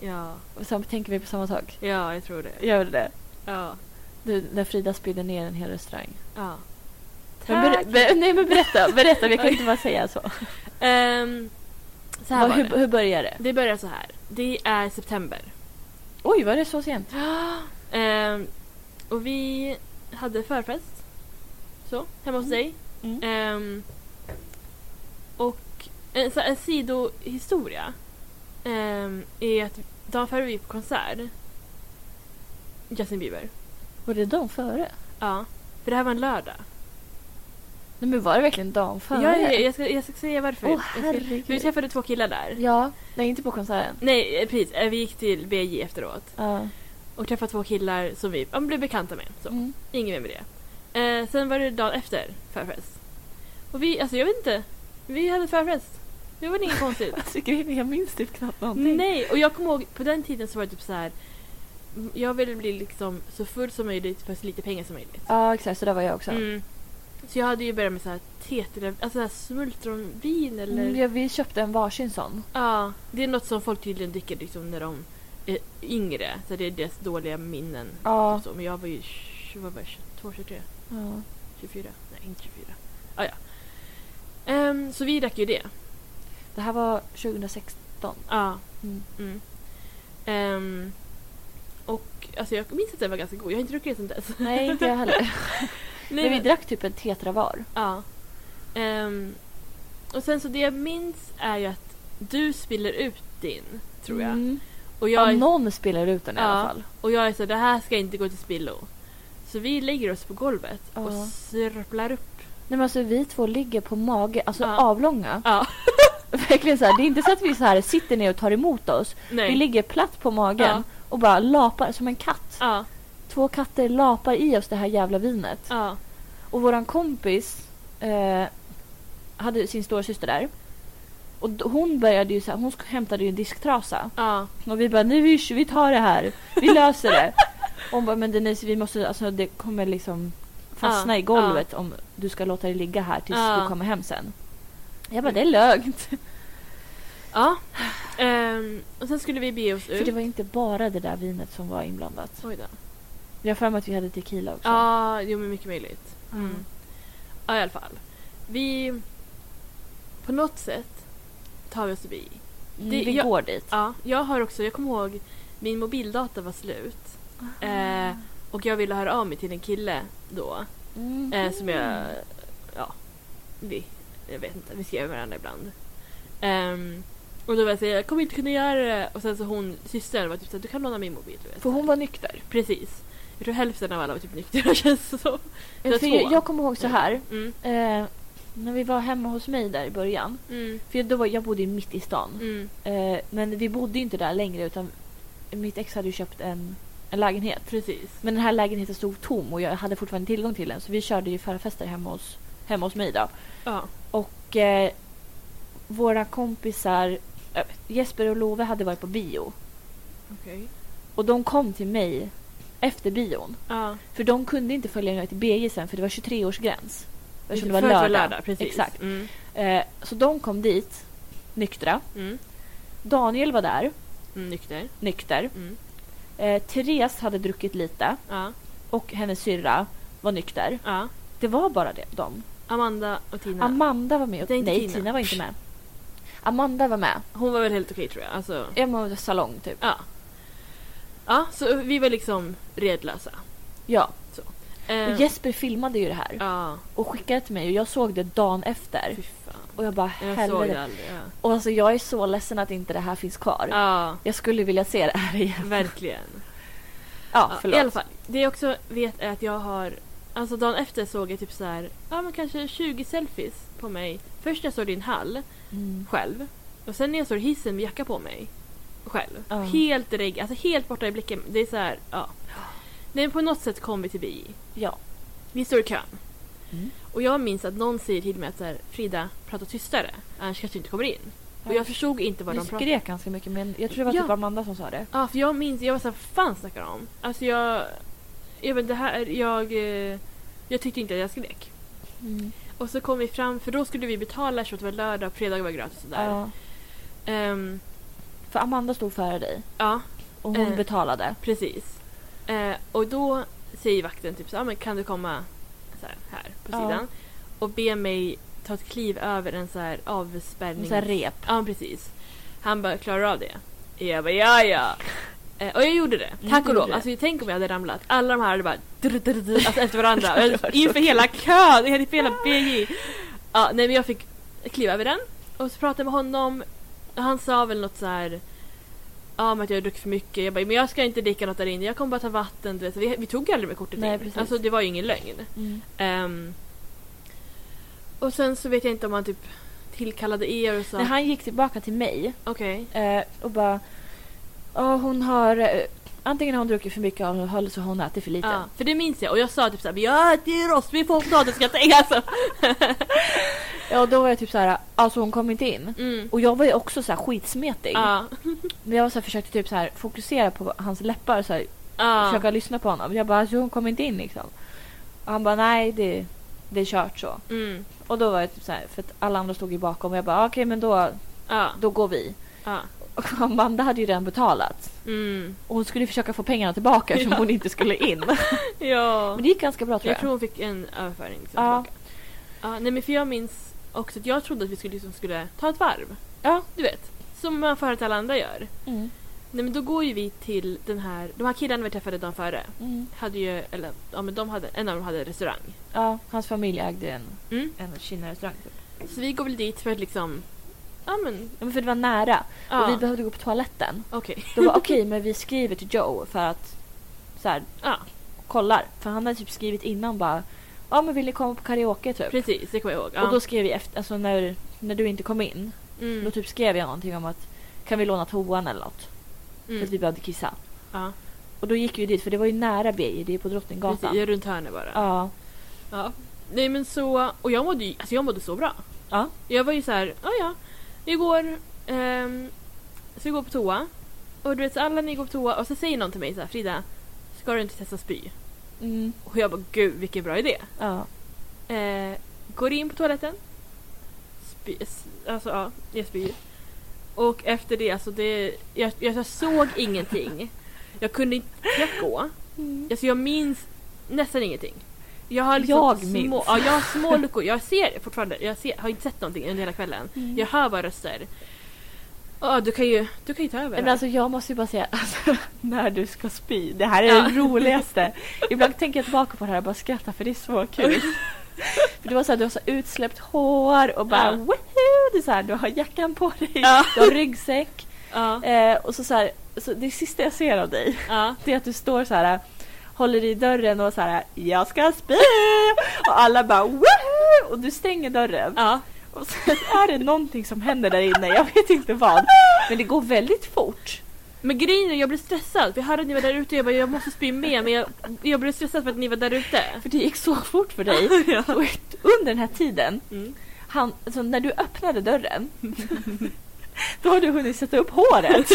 Ja, Och sen tänker vi på samma sak. ja, jag tror det. Gör det? Ja. Du, när Frida spydde ner en hel restaurang. ja. Men ber, ber, nej men berätta, berätta. Vi kan inte bara säga så. Ehm, så här Vad- var hur, det. hur börjar det? Det börjar så här. Det är september. Oj, var det så sent? Ehm, och vi hade förfest. Så, hemma hos dig. Mm. Ehm, och en, så, en sidohistoria ehm, är att dagen före vi gick på konsert, Justin Bieber, Var det dagen före? ja, för det här var en lördag. Nej men var det verkligen dagen före? Jag, jag, jag, ska, jag ska säga varför. Åh, jag ska, herregud. vi träffade två killar där. Ja, nej inte på konserten. Nej, eh, precis. eh, Vi gick till BJ efteråt Ja. och träffade två killar som vi ja, men blev bekanta med. Så. Mm. Inget mer med det. Eh, sen var det dagen efter förfest. Och vi, alltså jag vet inte. Vi hade förfest. Det var väl inget konstigt. Alltså grejen är, jag minns typ knappt någonting. Nej, och jag kommer ihåg på den tiden så var det typ så här. m, Jag ville bli liksom så full som möjligt för så lite pengar som möjligt. Ja exakt, så där var jag också. Mm. Så jag hade ju börjat med så här tetra, alltså så här smultronvin eller... Mm, ja, vi köpte en varsin sån. Ja, det är något som folk tydligen dricker liksom när de är yngre. Så det är deras dåliga minnen. Ja. Och så. Men jag var ju tj- vad var jag, 22, 23. 24? Nej, inte 24. Ah, ja. Ehm, så vi drack ju det. Det här var 2016. Ja. Mm. Mm. Ehm, och alltså jag minns att den var ganska god. Jag har inte druckit den sedan dess. Nej, inte jag heller. Nej, men vi men- drack typ en tetra var. Ja. Ehm, och sen så det jag minns är ju att du spiller ut din, tror jag. Mm. Och Ja, jag, är, någon spelar ut den i Ja. alla fall. och jag är så här, det här ska inte gå till spillo. Så vi lägger oss på golvet och Ja. sörplar upp. Nej men alltså vi två ligger på mage, alltså Ja. avlånga. Ja. Verkligen så här, det är inte så att vi så här sitter ner och tar emot oss. Nej. Vi ligger platt på magen Ja. och bara lapar som en katt. Ja, Två katter lapar i oss det här jävla vinet. ja, Och våran kompis eh, hade sin stora syster där. Och d- hon började ju så här, hon sk- hämtade ju en disktrasa. ja. Och vi bara, nej vi, vi tar det här, vi löser det. Och hon bara, men Denise vi måste, alltså det kommer liksom fastna Ja, i golvet om du ska låta det ligga här tills Ja. du kommer hem sen. Jag bara, det är lugnt. ja. Ehm, och sen skulle vi bege oss ut. För det var inte bara det där vinet som var inblandat. Oj då. Jag har för mig att vi hade tequila också. Ja, jo men mycket möjligt. Mm. Ja, i alla fall. Vi... På något sätt tar vi oss förbi. Mm, det- vi jag- går dit. Ja, jag har också, jag kommer ihåg, min mobildata var slut. Eh, och jag ville höra av mig till en kille då. Mhm. Eh, som jag, ja, vi, jag vet inte, vi skrev med varandra ibland. Ehm, och då var jag såhär, jag kommer inte kunna göra det. Och sen så hon, systern var typ såhär, du kan låna min mobil. Du vet. För hon var nykter. Precis. Jag tror hälften av alla var typ nyktra känns det som. Det är För två. jag, jag kommer ihåg så här. Mm. Eh, när vi var hemma hos mig där i början. Mm. För då var, jag bodde ju mitt i stan. Mm. Eh, men vi bodde ju inte där längre utan mitt ex hade ju köpt en, en lägenhet. Precis. Men den här lägenheten stod tom och jag hade fortfarande tillgång till den så vi körde ju förfester hemma hos, hemma hos mig då. Ja. Och eh, våra kompisar, eh, Jesper och Love hade varit på bio. Okej. Och de kom till mig efter bion. Ja. För de kunde inte följa med till BJ sen för det var 23-årsgräns. Eftersom det var Förut lördag. precis. Exakt. Mm. Eh, så de kom dit, nyktra. Mm. Daniel var där, Mm. Nykter. nykter. Mm. Eh, Therese hade druckit lite Ja. och hennes syrra var nykter. ja. Det var bara det, de. Amanda och Tina. Amanda var med. Och, Det är inte nej, Tina. Tina. var inte med. Amanda var med. Hon var väl helt okej tror jag. Alltså, Emma var salong typ. ja. Ja, så vi var liksom redlösa. Ja. Eh, Och Jesper filmade ju det här Ja, och skickade till mig och jag såg det dagen efter. fy fan. Och jag bara Jag såg det helvete. aldrig. Ja, Och alltså jag är så ledsen att inte det här finns kvar. ja Jag skulle vilja se det här igen. verkligen. Ja, I förlåt. alla fall, det jag också vet är att jag har... Alltså dagen efter såg jag typ så här, ja men kanske 20 selfies på mig. Först när jag såg din hall Mm. själv. Och sen när jag såg hissen med jacka på mig själv. Ja. Helt regg, alltså helt borta i blicken. Det är så här, ja. Nej, men på något sätt kom vi till BI. Ja. Vi står i kön. Mm. Och jag minns att någon säger till mig att så här, Frida, prata tystare. Annars kanske du inte kommer in. Och jag förstod inte vad Du de pratade skrek ganska mycket men jag tror det var Ja. typ Amanda som sa det. Ja, för jag minns, jag var såhär, vad fan snackar de om? Alltså jag, jag vet, det här, jag, eh, jag tyckte inte att jag skrek. Och så kom vi fram, för då skulle vi betala eftersom det var lördag och fredag var gratis och sådär. Ja. Ehm, För Amanda stod före dig ja och hon Eh. betalade. precis. Eh, och då säger vakten typ så, "Ja, men kan du komma så här, här på Ja. sidan och be mig ta ett kliv över en så här avspärrning. Så här rep. Ja, precis. Han bara, klarar du av det? Jag bara, ja ja. Eh, och jag gjorde det. Mm, Tack du och lov. gjorde det. Alltså tänk om jag hade ramlat. Alla de här hade bara drr, drr, drr, alltså, efter varandra. Och Det var jag- så Inför hela kön, inför hela BJ. Ja, nej men jag fick kliva över den. Och så pratade jag med honom. Och Han sa väl något så här. Ja men att jag har druckit för mycket. Jag bara, men jag ska inte dricka något där inne. Jag kommer bara ta vatten. Du vet. Så Vi, vi tog ju aldrig med kortet Nej, in. precis. Alltså det var ju ingen lögn. Ehm, och sen så vet jag inte om han typ tillkallade er och sa... När han gick tillbaka till mig Okej. eh, och bara Ja hon har eh, antingen har hon druckit för mycket alkohol så har hon ätit för lite. Ja, för det minns jag och jag sa typ såhär ja det är oss, vi får potatis ska jag alltså. Ja och då var jag typ så här, alltså hon kom inte in. Mm. Och jag var ju också så här skitsmetig. Ja, Men jag var så här, försökte typ så här, fokusera på hans läppar så här, ja, försöka lyssna på honom. Jag bara alltså hon kom inte in liksom. Och han bara nej det, det är kört så. mm. Och då var jag typ så här, för att alla andra stod ju bakom och jag bara okej men då, ja, då går vi. ja, Och Amanda hade ju redan betalat. mm. Och hon skulle försöka få pengarna tillbaka eftersom Ja. hon inte skulle in. ja. Men det gick ganska bra tror Jag jag. tror hon fick en överföring sen Ja. tillbaka. Ja, nej men för jag minns också att jag trodde att vi skulle, liksom skulle ta ett varv. Ja. Du vet, som man för att alla andra gör. Mm. Nej men då går ju vi till den här, de här killarna vi träffade dagen före. Mm. Hade ju, eller ja men de hade, en av dem hade restaurang. Ja, hans familj ägde en, Mm. en kinarestaurang. Typ. Så vi går väl dit för att liksom, ja men, Ja, men för det var nära och vi ja, behövde gå på toaletten. okej. Då var okej, men vi skriver till Joe för att så här, Ja. kollar. För han hade typ skrivit innan bara ja men vill ni komma på karaoke typ? Precis, det kommer jag ihåg. Ja. Och då skrev vi efter, alltså när, när du inte kom in, Mm, då typ skrev jag någonting om att kan vi låna toan eller något? mm. För att vi behövde kissa. Ja. Och då gick vi dit för det var ju nära BJ, det är på Precis, Drottninggatan. jag är runt hörnet bara. Ja. Ja. Nej men så, och jag mådde, ju- alltså jag mådde så bra. Ja. Jag var ju så här, ja ja, vi går, ehm, så vi går på toa. Och du vet så alla ni går på toa och så säger någon till mig så här, Frida, ska du inte testa spy? Mm. Och jag bara, gud vilken bra idé. Ja. Eh, går in på toaletten. Spy, s- alltså ja, jag spyr. Och efter det, alltså det, jag, jag, jag såg ingenting. Jag kunde inte knappt gå. Mm. Alltså jag minns nästan ingenting. Jag har liksom Jag små, minns. Ja, jag har små luckor. Jag ser fortfarande, jag ser, har inte sett någonting under hela kvällen. Mm. Jag hör bara röster. Ja, du kan ju, du kan ju ta över. Men här. alltså jag måste ju bara säga, alltså, när du ska spy, det här är Ja. det roligaste. Ibland tänker jag tillbaka på det här och bara skrattar för det är så kul. för det var så här, du har så utsläppt hår och Ja. bara woho! Det är så här, du har jackan på dig, Ja. du har ryggsäck. ja, Eh, och så, så här, så det sista jag ser av dig, ja, det är att du står så här håller i dörren och så här jag ska spy! Och alla bara woho! Och du stänger dörren. Ja. Och sen är det någonting som händer där inne, jag vet inte vad. Men det går väldigt fort. Men grejen är jag blev stressad för jag hörde att ni var där ute och jag bara jag måste spy med men jag, jag blev stressad för att ni var där ute. För det gick så fort för dig. Och under den här tiden, Mm. han, alltså när du öppnade dörren, då har du hunnit sätta upp håret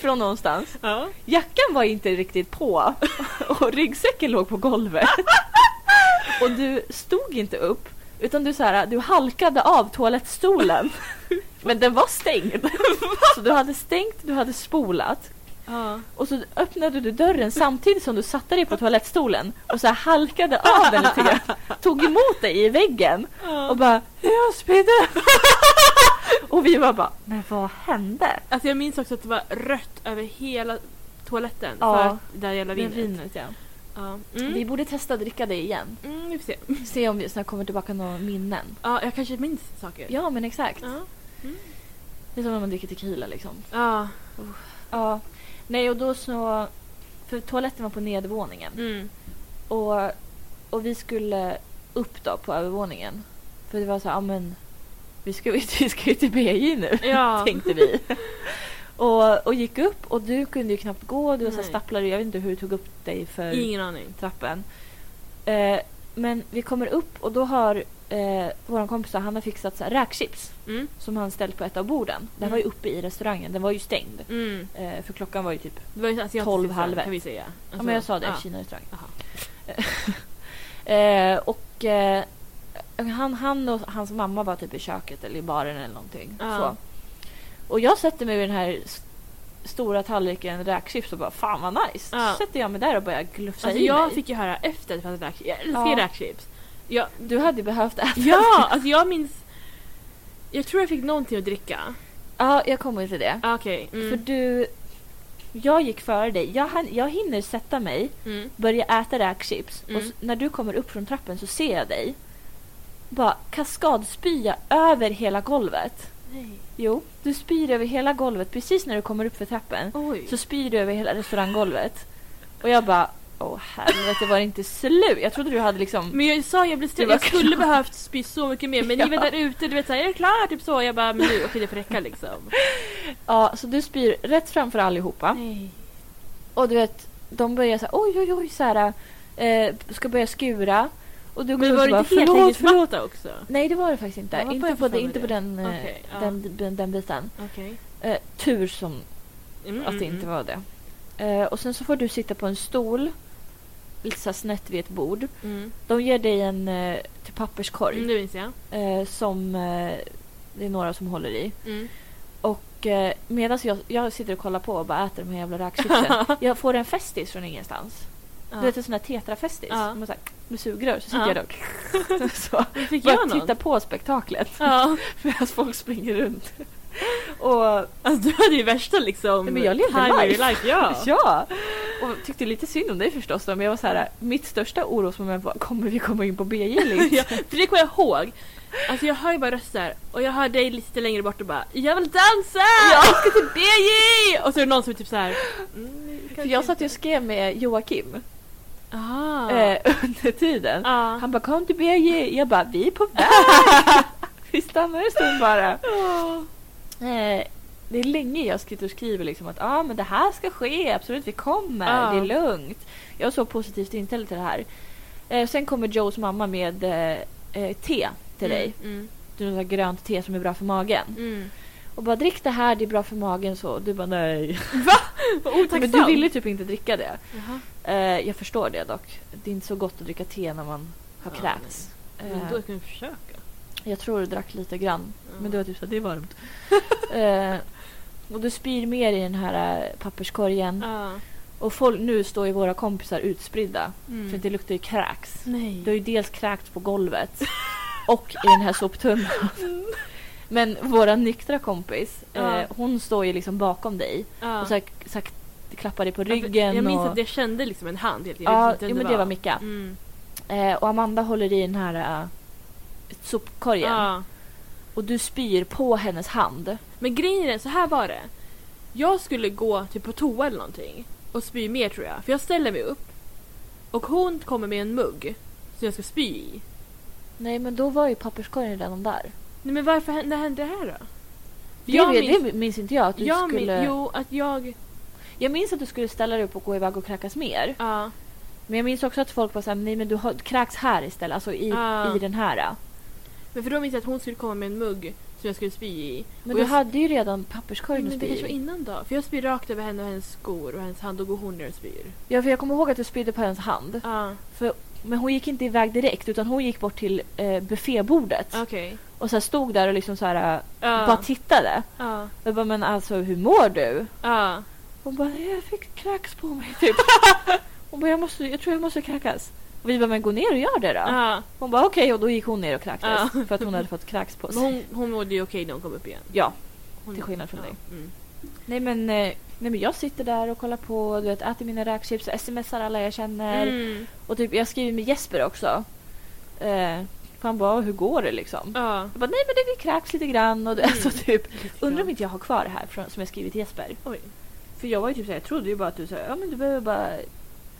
från någonstans. Ja. Jackan var inte riktigt på och ryggsäcken låg på golvet. Och du stod inte upp utan du, så här, du halkade av toalettstolen. Men den var stängd. Så du hade stängt, du hade spolat ja. och så öppnade du dörren samtidigt som du satte dig på toalettstolen och så här halkade av den lite grann. Tog emot dig i väggen och bara “Jag spydde!” Och vi var bara “Men vad hände?” Alltså jag minns också att det var rött över hela toaletten Ja. för att det där jävla vinet. ja. Ja. Mm. Vi borde testa att dricka det igen. Mm, vi får se. Se om det snart kommer tillbaka några minnen. Ja, jag kanske minns saker. Ja men exakt. Ja. Det är som när man dricker tequila liksom. Ja. Ja. Nej och då så... För toaletten var på nedervåningen. Mm. Och, och vi skulle upp då på övervåningen. För det var så här, ja men... Vi ska, ju- vi ska ju till BJ nu. Ja. Tänkte vi. och, och gick upp och du kunde ju knappt gå. Du var så här Nej. stapplade. Jag vet inte hur du tog upp dig för... Ingen aning. trappen. Eh, men vi kommer upp och då har eh, vår kompis då, han har fixat så här räkchips Mm. som han ställt på ett av borden. Den var ju uppe i restaurangen, den var ju stängd. Mm. Eh, för klockan var ju typ, Det var ju asiatiskt Tolv, restaurang, halv ett. kan vi säga. ja Alltså, men jag sa det, ja. Kina-restaurang. Aha. Eh, och eh, han, han och hans mamma var typ i köket eller i baren eller någonting. Ja. Så. Och jag sätter mig vid den här s- stora tallriken räkchips och bara fan vad nice. Ja. Så sätter jag mig där och börjar glufsa Alltså i jag mig. fick ju höra efter att det fanns räkchips. Jag älskar Ja. ju räkchips. Jag, Du hade ju behövt äta ja, alltså jag minns... Jag tror jag fick någonting att dricka. Ja, jag kommer till det. Ah, Okej. För Mm. du... Jag gick före dig. Jag, hann, jag hinner sätta mig, Mm. börja äta räkchips Mm. och s- när du kommer upp från trappen så ser jag dig bara kaskadspya över hela golvet. Nej. Jo, du spyr över hela golvet precis när du kommer upp för trappen. Oj. Så spyr du över hela restauranggolvet. Och jag bara, åh helvete var det inte slut? Jag trodde du hade liksom... Men jag sa jag blev Det stressad, var jag skulle behövt spy så mycket mer men ni var Ja. där ute, du vet såhär, är det klart? Typ så. Jag bara, men nu, okej det får räcka liksom. Ja, så du spyr rätt framför allihopa. Nej. Och du vet, de börjar så här, oj oj oj så här, eh, ska börja skura. Och du går Men ut var och det bara, inte förlåt, förlåt. heltäckningsmatta också? Nej det var det faktiskt inte. Ja, varför har inte jag på, fått för det, mig inte på det? den, eh, Okej, ja. den, den, den biten. Okej. Eh, tur som Mm, att det inte var det. Eh, och sen så får du sitta på en stol. Lite så här snett vid ett bord. Mm. De ger dig en eh, typ papperskorg. Mm, det minns jag. Eh, som eh, det är några som håller i. Mm. Och eh, medan jag, jag sitter och kollar på och bara äter de här jävla räkchipsen. jag får en festis från ingenstans. Ja. Du vet en sån här tetrafestis. Ja. Man så här, med sugrör så sitter Ja. jag där och så. Men Fick Bara jag någon? titta på spektaklet Ja. medan folk springer runt. Och Alltså du hade ju värsta liksom... Nej, men jag levde time of your life. life. Ja. ja, och tyckte lite synd om dig förstås då, men jag var så här, mitt största orosmoment var kommer vi komma in på BJ eller inte? ja. För det kommer jag ihåg. Alltså jag hör ju bara röster och jag hör dig lite längre bort och bara Jag vill dansa! Jag ska till BJ! Och så är det någon som är typ såhär... För jag satt ju och skrev med Joakim Ah. eh, under tiden. ah. Han bara kom till BJ, jag bara vi är på väg! vi stannar en stund bara. Eh, det är länge jag sitter och skriver liksom att ah, men det här ska ske, absolut vi kommer, Ja. det är lugnt. Jag är så positivt inställd till det här. Eh, sen kommer Joes mamma med eh, eh, te till dig. Mm, Det är något sånt här grönt te som är bra för magen. mm, mm. Och bara drick det här, det är bra för magen så. Du bara nej. Vad Men otacksam! du ville typ inte dricka det. Jaha. Eh, jag förstår det dock. Det är inte så gott att dricka te när man har Ja, kräkts. Men Eh, då kan vi försöka. jag tror du drack lite grann Ja. Men du var typ såhär, det är varmt. Eh, och du spyr mer i den här eh, papperskorgen. Ja. Och folk, nu står ju våra kompisar utspridda. Mm. För det luktar ju kräks. Nej. Du har ju dels kräkts på golvet och i den här soptunnan. Men våra nyktra kompis, Mm. Ja. eh, hon står ju liksom bakom dig. Ja. Och så här, så här, klappar dig på Ja, för ryggen. Jag minns och, att jag kände liksom en hand helt jag Ja, visste inte jo, vem men det var Micka. Mm. Eh, och Amanda håller i den här eh, sopkorgen. Ja. Och du spyr på hennes hand. Men grejen är, så här var det. Jag skulle gå typ på toa eller någonting och spy mer tror jag. För jag ställer mig upp Och hon kommer med en mugg som jag ska spy i. Nej men då var ju papperskorgen redan där. Nej, men varför hände, hände det här då? Det, minns, det minns inte jag att du jag skulle... min, jo, att jag... Jag minns att du skulle ställa dig upp och gå iväg och kräkas mer. Ja. Men jag minns också att folk var såhär, nej men du har, kräks här istället, alltså i, Ah. i den här. men för då minns jag att hon skulle komma med en mugg som jag skulle spy i. Men Och du jag- hade ju redan Men papperskorgen att det spy kanske var i. innan då? För jag spyr rakt över henne och hennes skor och hennes hand. Då går hon ner och spyr. Ja för jag kommer ihåg att du spydde på hennes hand. Ja, Men hon gick inte iväg direkt utan hon gick bort till eh, buffébordet. Ah, okej. Ah, Och så här stod där och liksom så här, eh, bara Ja, tittade. ja, Jag bara, men alltså hur mår du? ja. Hon bara, jag fick kräks på mig typ. Hon bara, jag, måste, jag tror jag måste kräkas. Och vi bara, men gå ner och gör det då. ja. Hon bara okej och då gick hon ner och kräktes. Ja. För att hon hade fått kräks på Men sig. Hon, hon mådde ju okej när hon kom upp igen. Ja, Hon, till skillnad från ja, dig. Mm. Nej men, eh, nej men jag sitter där och kollar på, du vet äter mina räkchips, smsar alla jag känner. Mm. Och typ jag skriver med Jesper också. Eh, för han bara hur går det liksom? Ja. Jag bara nej men det kräks lite grann och det, Mm. alltså typ. Undrar om grann. inte jag har kvar det här från, som jag skrivit till Jesper. Oj. För jag var ju typ såhär, jag trodde ju bara att du sa ja men du behöver bara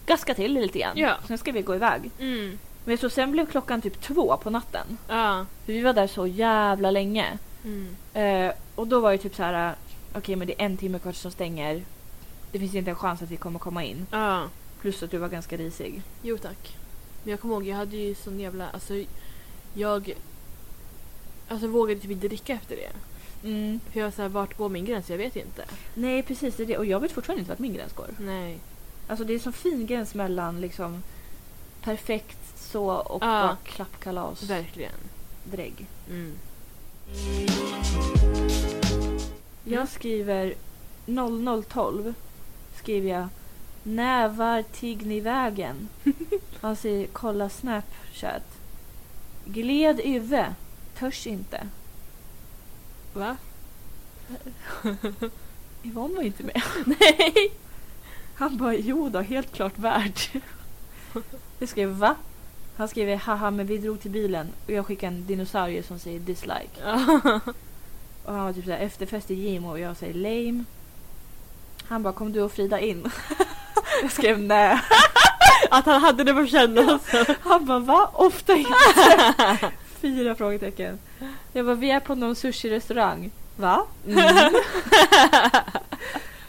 gaska till lite grann. Ja. Sen ska vi gå iväg. Mm. Men så sen blev klockan typ två på natten. Ja. För vi var där så jävla länge. Mm. Eh, och då var det typ så här, eh, okej men det är en timme kvar som stänger. Det finns inte en chans att vi kommer komma in. Ja. Plus att du var ganska risig. Jo tack. Men jag kommer ihåg, jag hade ju sån jävla... Alltså, jag... Alltså vågade typ inte dricka efter det. För jag var såhär, vart går min gräns? Jag vet inte. Nej precis, det är det. Och jag vet fortfarande inte vart min gräns går. Nej. Alltså det är en sån fin gräns mellan liksom perfekt så och Ja. bara klappkalas Verkligen. drägg. Mm. Jag skriver 0012 skriver jag Nävar tigg ni vägen? Han säger kolla snapchat. Gled yve, törs inte. Va? Yvonne var inte med. Nej! Han bara jo då, helt klart värt. Jag skrev va? Han skrev haha men vi drog till bilen och jag skickade en dinosaurie som säger dislike. Och han var typ såhär efterfest i Gimo och jag säger lame. Han bara kom du och Frida in? Jag skrev nej. Att han hade det på känn alltså. Han bara va? Ofta inte. Fyra frågetecken. Jag bara vi är på någon sushi-restaurang. Va?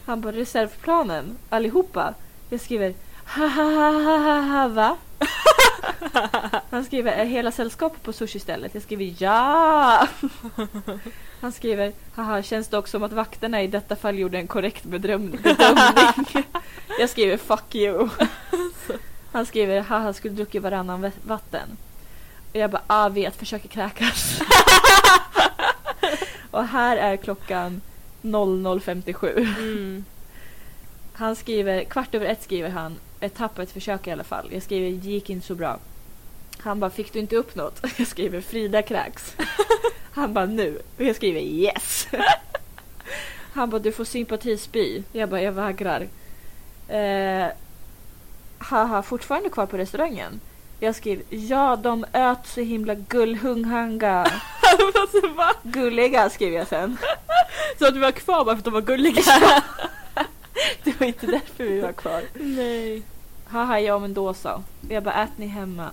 Han bara reservplanen allihopa. Jag skriver ha ha ha ha ha ha va? Han skriver är hela sällskapet på sushi-stället? Jag skriver ja. Han skriver haha känns dock som att vakterna i detta fall gjorde en korrekt bedöm- bedömning. Jag skriver fuck you. Han skriver haha skulle druckit varannan va- vatten. Och jag bara ah vet försöker kräkas. och här är klockan 00.57. Mm. Han skriver, kvart över ett skriver han, ett tapp och ett försök i alla fall. Jag skriver, det gick inte så bra. Han bara, fick du inte upp något? Jag skriver, Frida kräks. Han bara, nu. Och jag skriver, yes. Han bara, du får sympatispy. Jag bara, jag vägrar. Eh, haha, fortfarande kvar på restaurangen? Jag skriver, ja de öt så himla gullhunghanga. alltså, va? Gulliga skriver jag sen. Så att du var kvar bara för att de var gulliga? Det var inte därför vi var kvar. Nej. Haha, ja men då så. Jag bara, ät ni hemma?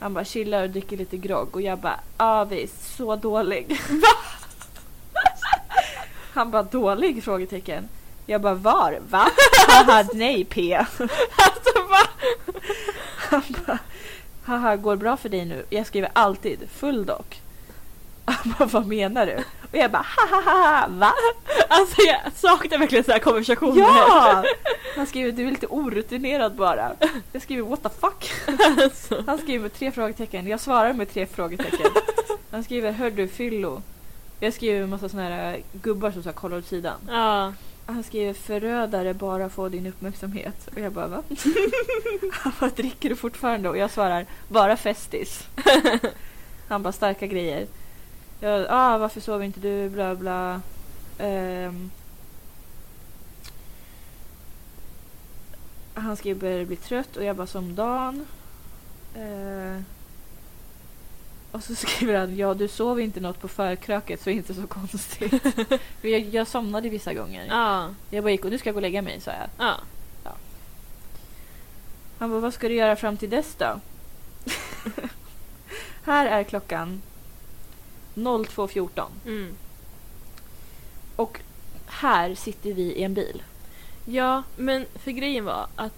Han bara, chillar och dricker lite grogg. Och jag bara, ja visst, så dålig. Han bara, dålig? Frågetecken. Jag bara, var? Va? Haha, nej P. Alltså, Han bara, haha, går bra för dig nu? Jag skriver alltid, full dock. Han bara, vad menar du? Och jag bara, haha, va? Alltså jag saknar verkligen så här konversationer. Ja! Han skriver du är lite orutinerad bara. Jag skriver what the fuck. Alltså. Han skriver med tre frågetecken. Jag svarar med tre frågetecken. Han skriver hör du fyllo. Jag skriver en massa såna här gubbar som så här kollar åt sidan. Ja. Han skriver förödare bara få din uppmärksamhet. Och jag bara va? Han bara dricker du fortfarande? Och jag svarar bara festis. Han bara starka grejer. Jag, ah, varför sover inte du? Bla bla. Ehm. han skriver börjar bli trött och jag bara som dan. Eh. och så skriver han ja du sov inte något på förkröket så inte så konstigt. För jag, jag somnade vissa gånger. Ja. Jag bara gick och nu ska jag gå och lägga mig sa jag. Ja. Han bara, vad ska du göra fram till dess då? här är klockan 02.14 Mm. och här sitter vi i en bil. Ja, men för grejen var att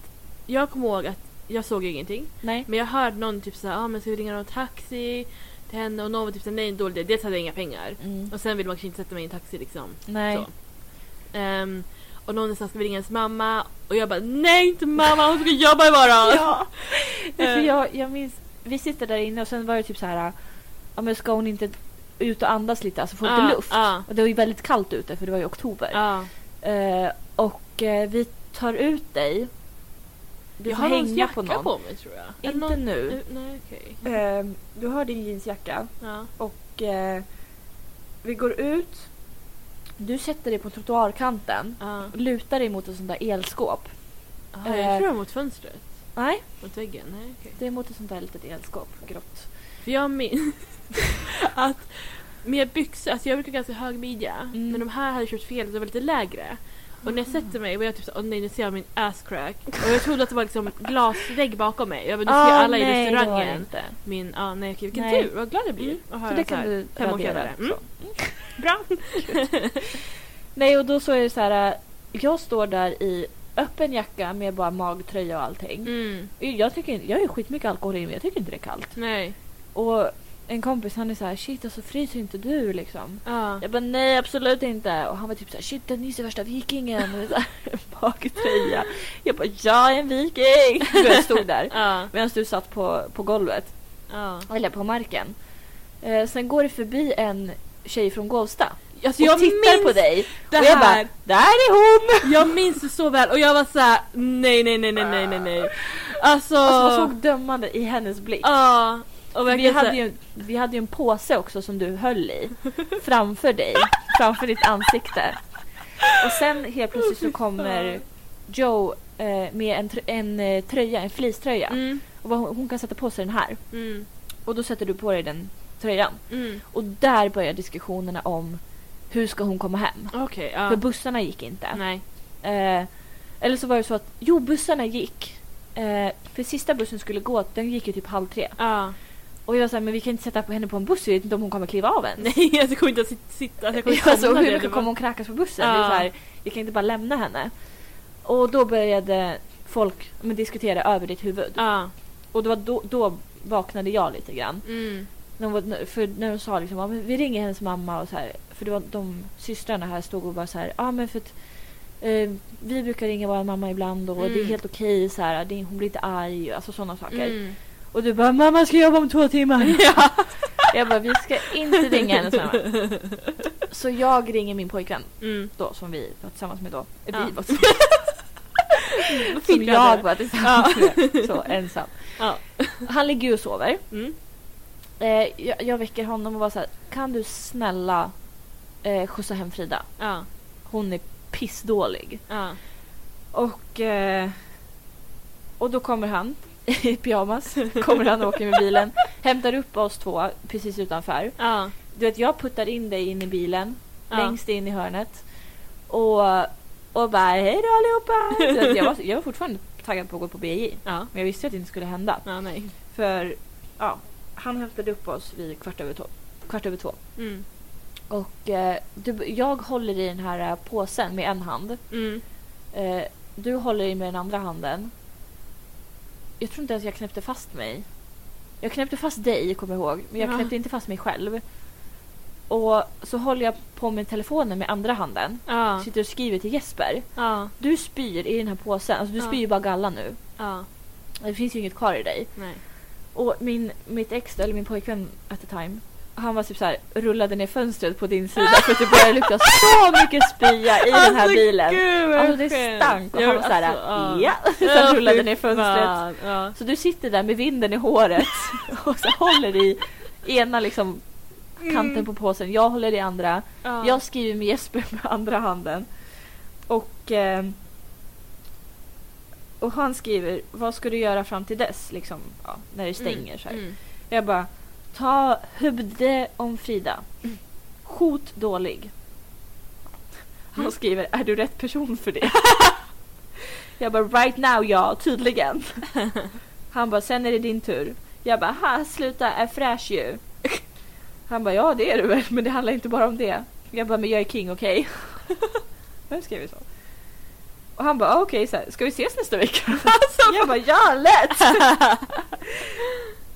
jag kommer ihåg att jag såg ju ingenting. Nej. Men jag hörde någon typ såhär, ah, men ska vi ringa någon taxi till henne? Och någon var typ såhär, nej dålig idé. Dels hade jag inga pengar. Mm. Och sen vill man kanske inte sätta mig i en taxi liksom. Nej. Så. Ehm, och någon sa, ska vi ringa ens mamma? Och jag bara, nej inte mamma, hon ska jobba imorgon! Ja. Nej, för Eh. jag, jag minns, vi sitter där inne och sen var det typ så här, ja men ska hon inte ut och andas lite, alltså få Ah, lite luft? ah, Och det var ju väldigt kallt ute för det var ju oktober. ah. Eh, och eh, vi tar ut dig. Du Jag får har någons hänga jacka på på, någon. mig tror jag. Inte Eller någon- nu. Nej okej. Eh, du har din jeansjacka Ja. och eh, vi går ut. Du sätter dig på trottoarkanten Ja. och lutar dig mot ett sånt där elskåp. Ah, jag Eh. tror det var mot fönstret. Nej, Mot väggen. Nej, okej. det är mot ett sånt där litet elskåp, grått. För jag minns att med byxor, alltså jag brukar ha ganska hög midja, Mm. Ah. men de här hade jag köpt fel, så de var lite lägre. Och när jag sätter mig var jag typ såhär, åh nej nu ser jag min ass crack. Och jag trodde att det var liksom glasvägg bakom mig. Jag bara, nu ser Ah, alla nej, i det var det restaurangen. inte. Min, ja nej okej, vilken Nej. tur, vad glad jag blir. Mm. att Så höra det kan du radera. femårsgräddare. Mm. Så. Bra! Nej, och då så är det så här. eh, Jag står där i öppen jacka med bara magtröja och allting. Mm. Jag, tycker, jag har ju skitmycket alkohol i mig, jag tycker inte det är kallt. Nej. Och en kompis han är så här, shit alltså fryser inte du liksom? Ja. Jag bara nej absolut inte. Och han var typ så här, shit Denise är värsta vikingen. Och så här, Baktröja. Jag bara jag är en viking. Så jag stod där. Ja. Medan du satt på, på golvet, Ja. eller på marken. Eh, sen går det förbi en tjej från Gåsta Alltså, och jag tittar minns på dig. det och jag här. bara där är hon! Jag minns det så väl och jag var så här: nej nej nej nej nej nej nej. Alltså, Alltså man såg dömande i hennes blick. ja. Och vi, verkligen så här- hade ju, vi hade ju en påse också som du höll i framför dig, framför ditt ansikte. Och sen helt plötsligt så kommer Joe eh, med en, tr- en eh, tröja, en fleecetröja. Mm, Och bara, hon hon kan sätta på sig den här. mm, Och då sätter du på dig den tröjan. mm. Och där börjar diskussionerna om hur ska hon komma hem? Okej, För ja. bussarna gick inte. Nej. Eh, eller så var det så att, jo bussarna gick. Eh, för sista bussen skulle gå, den gick ju typ halv tre. Ja. Och jag var såhär, men vi kan inte sätta på henne på en buss, vi vet inte om hon kommer kliva av ens. Nej, alltså, jag kommer inte att sit- sitta. Alltså, jag kommer inte alltså, somna hur när jag mycket bara- kommer hon kräkas på bussen? Ja. Det är så här, vi kan inte bara lämna henne. Och då började folk men, diskutera över ditt huvud. Ja. Och det var då, då vaknade jag lite grann. Mm. De var, för när de sa liksom, ja, men vi ringer hennes mamma och så här. För det var de systrarna här stod och bara så här, ja men för att eh, vi brukar ringa vår mamma ibland och det är Mm. helt helt okej så här, det, hon blir inte arg, alltså sådana saker. Mm. Och du bara mamma ska jobba om två timmar. Jag bara vi ska inte ringa hennes mamma. Så jag ringer min pojkvän Mm. då som vi var tillsammans med då. Ja. Vi var tillsammans. som jag var tillsammans med. Så ensam. Ja. Han ligger ju och sover. Mm. Eh, jag, jag väcker honom och bara så här, kan du snälla eh, skjutsa hem Frida? Ja. Hon är pissdålig. Ja. Och, eh, och då kommer han i pyjamas. Kommer han och åker med bilen. Hämtar upp oss två precis utanför. Ja. Du vet, jag puttar in dig in i bilen. Ja. Längst in i hörnet. Och, och bara hej då allihopa! Du vet, jag, var, jag var fortfarande taggad på att gå på BJ. Ja. Men jag visste ju att det inte skulle hända. Ja, nej. För ja, han hämtade upp oss vid kvart över två. Kvart över två. Mm. Och eh, du, jag håller i den här eh, påsen med en hand. Mm. Eh, du håller i med den andra handen. Jag tror inte ens jag knäppte fast mig. Jag knäppte fast dig, kommer jag ihåg. Men jag Ja. knäppte inte fast mig själv. Och så håller jag på med telefonen med andra handen. Ja. Sitter och skriver till Jesper. Ja. Du spyr i den här påsen. Alltså, du Ja. spyr ju bara galla nu. Ja. Det finns ju inget kvar i dig. Nej. Och min, mitt ex, eller min pojkvän at the time. Han var typ såhär, rullade ner fönstret på din sida för att det började lukta så mycket spya i den här Alltså, bilen. gud, vad Alltså det skönt. stank och Jag- han var såhär alltså, ja. Så Ja, han rullade fy ner fönstret. fan, Ja. Så du sitter där med vinden i håret och så håller i ena liksom kanten på påsen. Jag håller i andra. Mm. Ja. Jag skriver med Jesper med andra handen. Och, eh, och han skriver vad ska du göra fram till dess liksom, ja, när det stänger. Så här. Mm. Jag bara ta huvde om Frida. Mm. Skjut dålig. Han skriver är du rätt person för det? Jag bara right now ja, tydligen. Han bara sen är det din tur. Jag bara ha sluta, är fräsch ju. Han bara ja det är du väl men det handlar inte bara om det. Jag bara men jag är king okej. Vem skrev ju så? Och han bara okej så här, ska vi ses nästa vecka? jag bara ja lätt!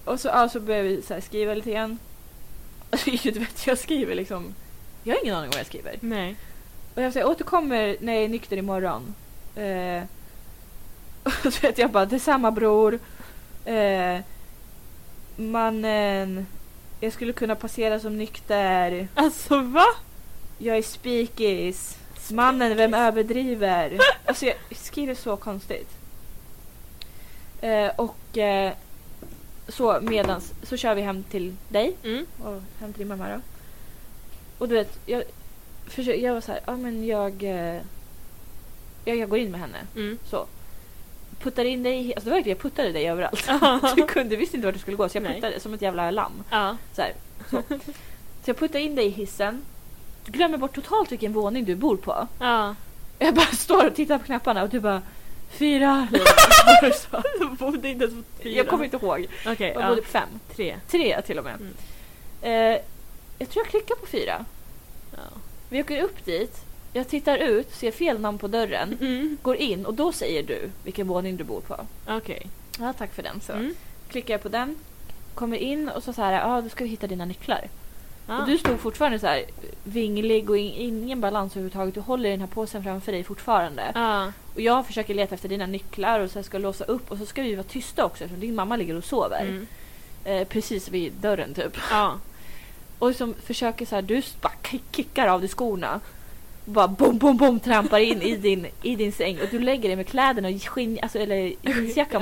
och så, ja, så började vi så här, skriva lite grann. Alltså du vet jag skriver liksom. Jag har ingen aning om vad jag skriver. Nej. Och jag, säger, jag återkommer när jag är nykter imorgon. Eh, och så vet jag bara, detsamma bror. Eh, mannen, jag skulle kunna passera som nykter. Alltså va? Jag är spikis. Mannen, vem överdriver? Alltså jag skriver så konstigt. Eh, och eh, så medans, så kör vi hem till dig Mm. och hem till din mamma då. Och du vet, jag, försöker, jag var så här, ja men jag, eh, jag... Jag går in med henne. Mm. Så. Puttar in dig, alltså det var verkligen, jag puttade dig överallt. Du kunde, visste inte vart du skulle gå så jag Nej. puttade som ett jävla lamm. Ja. Så, här. så. så jag puttade in dig i hissen. Glömmer bort totalt vilken våning du bor på. Ja. Jag bara står och tittar på knapparna och du bara Fyra! eller vad var det du sa? Du bodde inte ens på fyra. jag kommer inte ihåg. Okej, Jag ja. bodde på fem. Tre. Tre till och med. Mm. Eh, jag tror jag klickar på fyra. Ja. Vi åker upp dit, jag tittar ut, ser fel namn på dörren, Mm. går in och då säger du vilken våning du bor på. Okej. Ja, tack för den. Så. Mm. Klickar jag på den, kommer in och så så här, ja ah, då ska vi hitta dina nycklar. Ja. Och du stod fortfarande så här vinglig och in, ingen balans överhuvudtaget. Du håller i den här påsen framför dig fortfarande. Ja. Och jag försöker leta efter dina nycklar och så här ska jag låsa upp och så ska vi vara tysta också eftersom din mamma ligger och sover. Mm. Eh, precis vid dörren typ. Ja. Och som försöker så här, du bara ki- kickar av dig skorna. Bara bom, bom, bom trampar in i din, i din säng och du lägger dig med kläderna och skinn, alltså, eller jeansjackan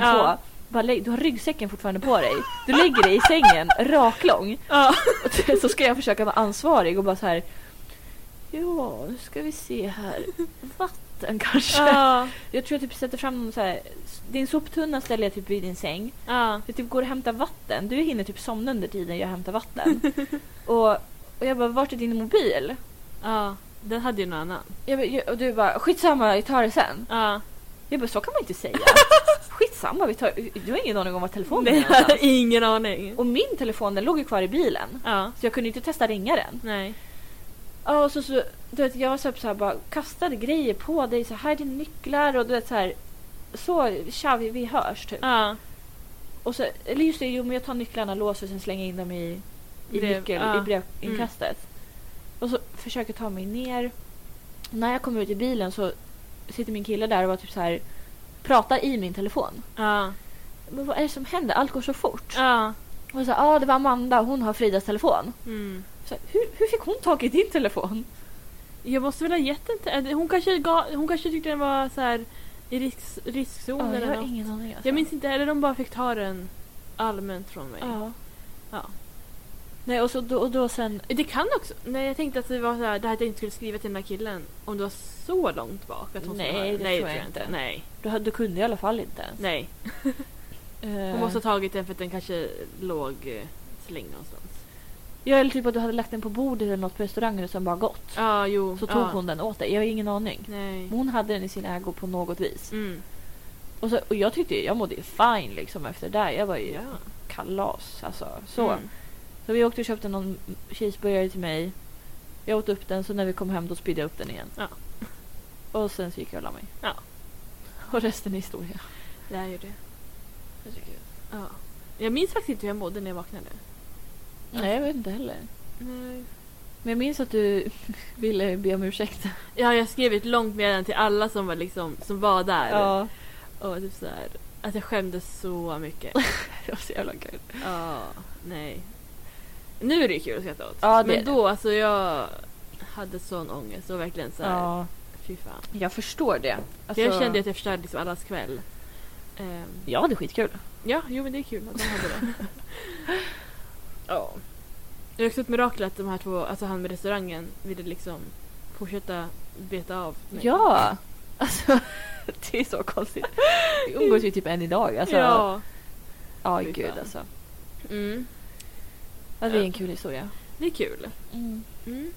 Ja. på. Bara lä- du har ryggsäcken fortfarande på dig. Du lägger dig i sängen raklång. Ja. Och t- så ska jag försöka vara ansvarig och bara så här. Ja, nu ska vi se här. Vatten kanske? Ja. Jag tror jag typ sätter fram någon så här. s- Din soptunna ställer jag typ vid din säng. Ja. Jag typ går och hämtar vatten. Du hinner typ somna under tiden jag hämtar vatten. och, och jag bara, vart är din mobil? Ja. Den hade ju någon annan. Jag bara, jag, och du bara, skitsamma jag tar det sen. Ja. Jag bara, så kan man inte säga. skitsamma, vi tar, du har ingen aning om var telefonen är Nej, jag hade någonstans. ingen aning. Och min telefon den låg ju kvar i bilen. Ja. Så jag kunde inte testa ringa den. Nej. Ja, och så, så du vet, jag var så, här- så här, bara kastade grejer på dig. Så här är dina nycklar och du vet så här. Så tja, vi, vi hörs typ. Ja. Och så, eller just det, jo men jag tar nycklarna, låser och sen slänger in dem i, i, Brev- ah, mm. nyckel, ja. i brevinkastet. Och så försöker jag ta mig ner. När jag kommer ut i bilen så sitter min kille där och var typ så här pratar i min telefon. Ja. Men vad är det som händer? Allt går så fort. Ja. Och så ja ah, det var Amanda, hon har Fridas telefon. Mm. Så, här, hur, hur fick hon tag i din telefon? Jag måste väl ha gett den till... eller Hon kanske, gav, hon kanske tyckte den var så här i risk, Ja, riskzonen jag eller har något. ingen aning. Alltså. Jag minns inte, eller de bara fick ta den allmänt från mig. Ja. Ja. Nej och, så, då, och då sen, Det kan också... Nej, jag tänkte att det var så här, det här att jag inte skulle skriva till den här killen. Om det var så långt bak att hon skulle Nej, ha det tror jag inte. Nej, då, hade- då kunde jag i alla fall inte ens. nej. Hon Eh, måste ha tagit den för att den kanske låg eh, slängd någonstans. Ja eller typ att du hade lagt den på bordet eller något på restaurangen och sen bara gått. Ja, jo. Så ja. tog hon den åt dig. Jag har ingen aning. Nej. Men Hon hade den i sin ägo på något vis. Mm. Och, så, och jag tyckte ju- jag mådde ju fine liksom efter det där. Jag var ju Ja. kalas alltså. Så. Mm. så vi åkte och köpte någon cheeseburgare till mig. Jag åt upp den så när vi kom hem då spydde jag upp den igen. Ja. Och sen så gick jag och la mig. Ja. Och resten är historia. Det är ju det. Ja. Jag minns faktiskt inte hur jag mådde när jag vaknade. Nej jag vet inte heller. Nej. Men jag minns att du ville be om ursäkt. Ja, jag skrev ett långt meddelande till alla som var, liksom, som var där. Och typ så här, att jag skämdes så mycket. Det var så jävla kul. Ja, nej. Nu är det ju kul att skratta åt. Ja, det är Men det. då, alltså jag hade sån ångest och verkligen så här, Ja. Alltså- fy fan. Jag förstår det. För Jag kände att jag förstörde liksom allas kväll. Ehm, Jag hade skitkul. ja, jo men det är kul att man hade det. Ja. Det är också ett mirakel att de här två, alltså han med restaurangen, ville liksom fortsätta beta av mig. Ja! Alltså, det är så konstigt. Vi umgås ju typ än idag. Alltså, ja. Ja. Fy gud fan. alltså. Mm. Ja, det är en kul historia. Det är kul. Ehm, Mm.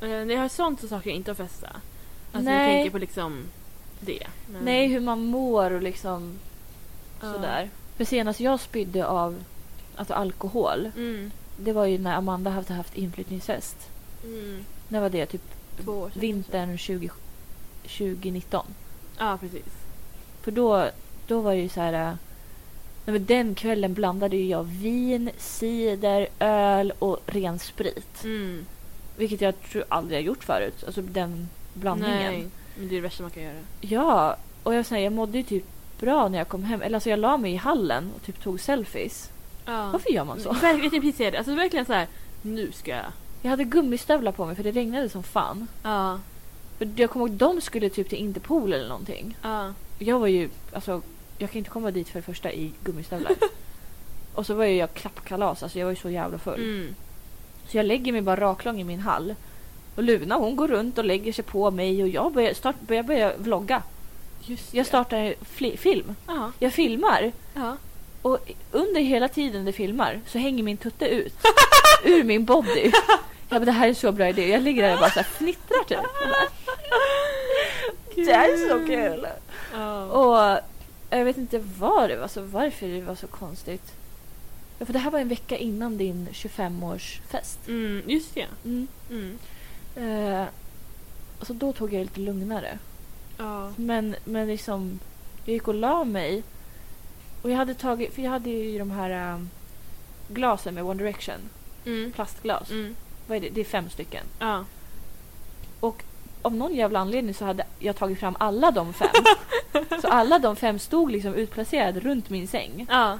Eh, när jag har sånt så saker jag inte att festa. Alltså när Nej. jag tänker på liksom det. Men, Nej, hur man mår och liksom ja. sådär. För senast jag spydde av alltså alkohol, Mm, det var ju när Amanda hade haft inflyttningsfest. mm. När var det? Typ Två år sedan. vintern 20, 2019. Ja, precis. För då, då var det ju så här... äh, Nej, men den kvällen blandade ju jag vin, cider, öl och ren sprit. Mm. Vilket jag tror aldrig jag gjort förut. Alltså den blandningen. Nej, men det är det värsta man kan göra. Ja, och jag, säger, jag mådde ju typ bra när jag kom hem. Eller alltså jag la mig i hallen och typ tog selfies. Ja. Mm. Varför gör man så? Verkligen, jag tänkte precis säga det. Alltså verkligen så här. nu ska jag. Jag hade gummistövlar på mig för det regnade som fan. Ja, För Jag kommer ihåg de skulle typ till Interpol eller någonting. ja. Jag var ju, alltså jag kan inte komma dit för det första i gummistövlar. och så var ju jag klappkalas, alltså jag var ju så jävla full. Mm. Så jag lägger mig bara raklång i min hall. Och Luna hon går runt och lägger sig på mig och jag börjar, start, börjar, börjar vlogga. Just Jag det. startar en fli- film. Ja, Jag filmar. ja. Och under hela tiden det filmar så hänger min tutte ut. ur min body. Jag bara, det här är så bra idé. Jag ligger där och bara så här fnittrar typ. Jag bara, Det här är så kul. Ja. Och jag vet inte var det var, så varför det var så konstigt. Ja, för det här var en vecka innan din 25-årsfest. Mm, just det. Mm. Mm. Eh, så då tog jag det lite lugnare. Ja. Men, men liksom, jag gick och la mig. Och jag hade tagit, för jag hade ju de här eh, glasen med One Direction. Mm. Plastglas. Mm. Vad är det? Det är fem stycken. Ja. Av någon jävla anledning så hade jag tagit fram alla de fem. så alla de fem stod liksom utplacerade runt min säng. Ja.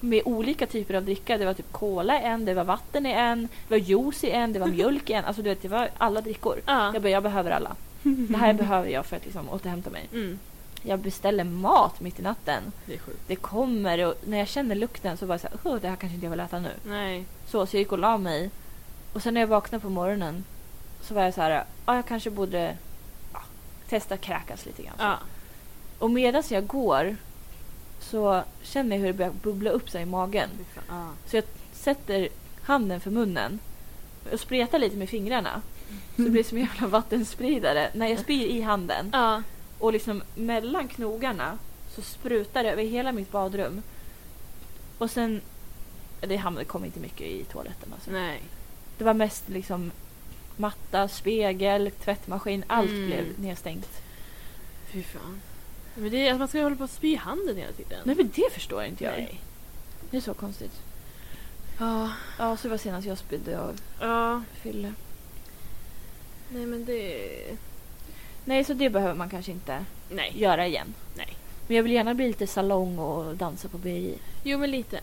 med olika typer av dricka. Det var typ cola i en, det var vatten i en, det var juice i en, det var mjölk i en. Alltså du vet, det var alla drickor. Ja. Jag bara, jag behöver alla. Det här behöver jag för att liksom återhämta mig. Mm. Jag beställer mat mitt i natten. Det är sjukt. Det kommer och när jag känner lukten så bara såhär, oh, det här kanske inte jag vill äta nu. Nej. Så, så jag gick och la mig. Och sen när jag vaknade på morgonen så var jag så här, ja jag kanske borde ja, testa kräkas lite grann. Ja. Och medan jag går så känner jag hur det börjar bubbla upp sig i magen. Fy fan, Ja. Så jag sätter handen för munnen och spretar lite med fingrarna. Så det blir som en jävla vattenspridare. När jag spyr i handen Ja. och liksom mellan knogarna så sprutar det över hela mitt badrum. Och sen... Det hamnade- kom inte mycket i toaletten alltså. Nej. Det var mest liksom matta, spegel, tvättmaskin. Allt Mm. blev nedstängt. Fy fan. Men det är, alltså, man ska ju hålla på att spy i handen hela tiden. Nej men det förstår inte jag. Nej. Det är så konstigt. Ja. Ja, så var senast jag spydde av Ja. fylle. Nej men det... Nej, så det behöver man kanske inte Nej. göra igen. Nej. Men jag vill gärna bli lite salong och dansa på BI. Jo men lite.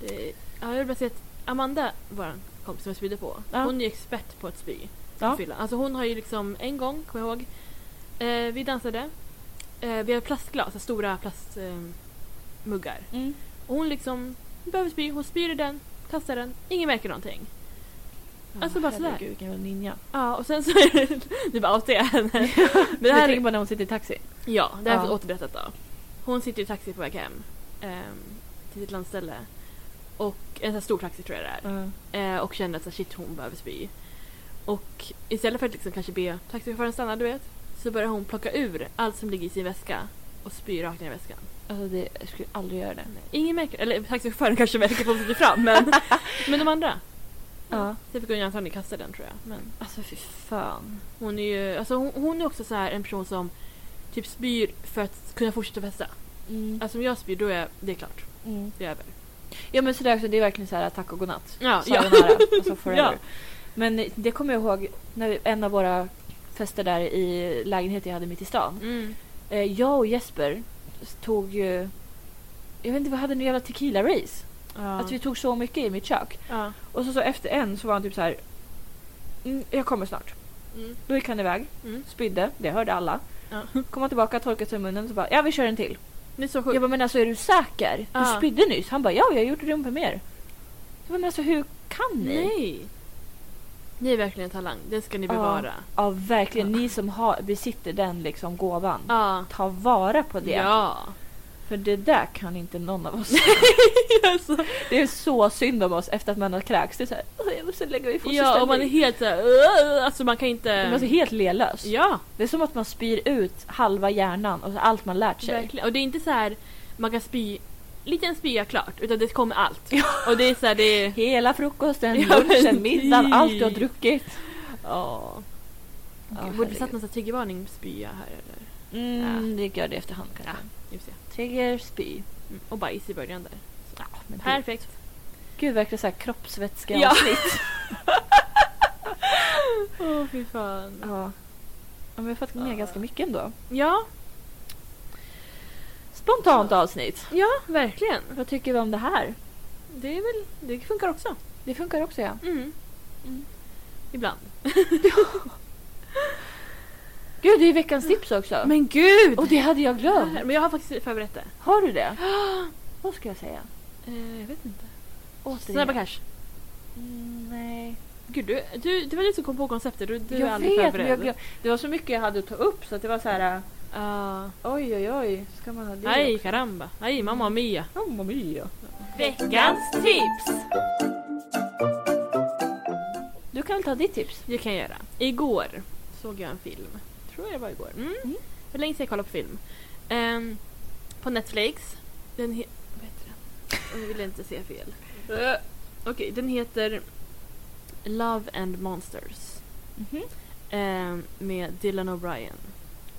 Det, ja, jag vill bara säga att Amanda, vår kompis som jag spydde på, Ja. hon är ju expert på att spy. Ja. fylla. Alltså hon har ju liksom en gång, kommer jag ihåg, eh, vi dansade. Eh, vi hade plastglas, så stora plastmuggar. Eh, muggar. Mm. och hon liksom behöver spy, hon spyr i den, kastar den, ingen märker någonting. Alltså, bara sådär. Herregud, vilken jävla ninja. Ja, och sen så är det... Nu bara outar jag henne. Men det jag här, tänker på när hon sitter i taxi. Ja, det här är Ja. återberättat då. Hon sitter i taxi på väg hem ehm, till sitt landställe. Och en sån här stor taxi tror jag det är. Eh, och känner att så här, shit hon behöver spy. Och istället för att liksom kanske be taxichauffören stanna du vet. Så börjar hon plocka ur allt som ligger i sin väska och spyr rakt ner i väskan. Alltså det, jag skulle aldrig göra det. Ingen märker, eller taxichauffören kanske märker på sig fram men, men de andra. Ja. Sen fick hon ju antagligen kasta den tror jag. Men Alltså fy fan. hon är ju alltså, hon, hon är också så här en person som typ spyr för att kunna fortsätta festa. Mm. Alltså om jag spyr då är jag, det är klart, Mm. det är över. Ja men sådär också, det är verkligen såhär tack och godnatt. Ja, Sayonara, alltså forever. Ja. Men det kommer jag ihåg när vi, en av våra fester där i lägenheten jag hade mitt i stan. Mm. Eh, jag och Jesper tog ju... Jag vet inte, vi hade en jävla tequila-race. Ja. Att vi tog så mycket i mitt kök. ja. Och så, så efter en så var han typ så här. Mm, jag kommer snart. Mm. Då gick han iväg, Mm. spydde, det hörde alla. Ja. Kom han tillbaka, torkade sig i munnen och så bara ja vi kör en till. Det är så sjukt. Jag bara men alltså är du säker? Du Ja. spydde nyss. Han bara ja jag har gjort rum för mer. Jag bara men alltså hur kan ni? Nej! Ni är verkligen en talang, det ska ni Ja. bevara. Ja verkligen, ni som har, besitter den liksom gåvan. Ja. Ta vara på det. Ja. För det där kan inte någon av oss. alltså, Det är så synd om oss efter att man har kräkts. Det är såhär, jag måste lägga mig i ja, och man är fosterställning. helt såhär... Alltså man kan Man är så inte... helt lelös. Ja, Det är som att man spyr ut halva hjärnan och så allt man lärt sig. verkligen. Och det är inte så här man kan spy... Liten spya klart, utan det kommer allt. Och det är såhär, det är... Hela frukosten, Ja, typ. lunchen, precis. middagen, allt du har druckit. Ja. Ja, Borde vi satt herregud. någon sån här triggervarning spya här eller? Mm, vi gör det i efterhand Ja, kanske. just det. Trigger, spy. Mm. Och bajs i början där. Ja, men gud, Perfekt. gud verkligen såhär kroppsvätska Ja. avsnitt. Åh oh, fy fan. ja. ja, men vi har fått med Ja. ganska mycket ändå. Ja, Spontant avsnitt. ja verkligen. Vad tycker vi om det här? Det är väl, det funkar också. Det funkar också ja. Mm. Ibland. Gud, det är veckans tips också. Men gud! och det hade jag glömt. Men jag har faktiskt förberett det. Har du det? Vad ska jag säga? Eh, jag vet inte. Återigen. Snabba cash. Mm, nej. Gud, du, du, det var du som kom på konceptet. Du, du är jag aldrig vet, men förberedd. jag glöm... Det var så mycket jag hade att ta upp så att det var så här. äh, Ja. Oj, oj, oj. Ska man ha det? Aj, caramba. Aj, mamma mia. Oh, mamma mia. Veckans tips! Du kan väl ta ditt tips? Det kan jag göra. Igår såg jag en film. Tror jag det var igår. Mm. Mm. Det var länge sedan jag kollade på film. Ehm, på Netflix. Den he- Vad heter den? Jag vill inte säga fel. Eh, Okej, den heter Love and Monsters. mhm. Ehm, med Dylan O'Brien.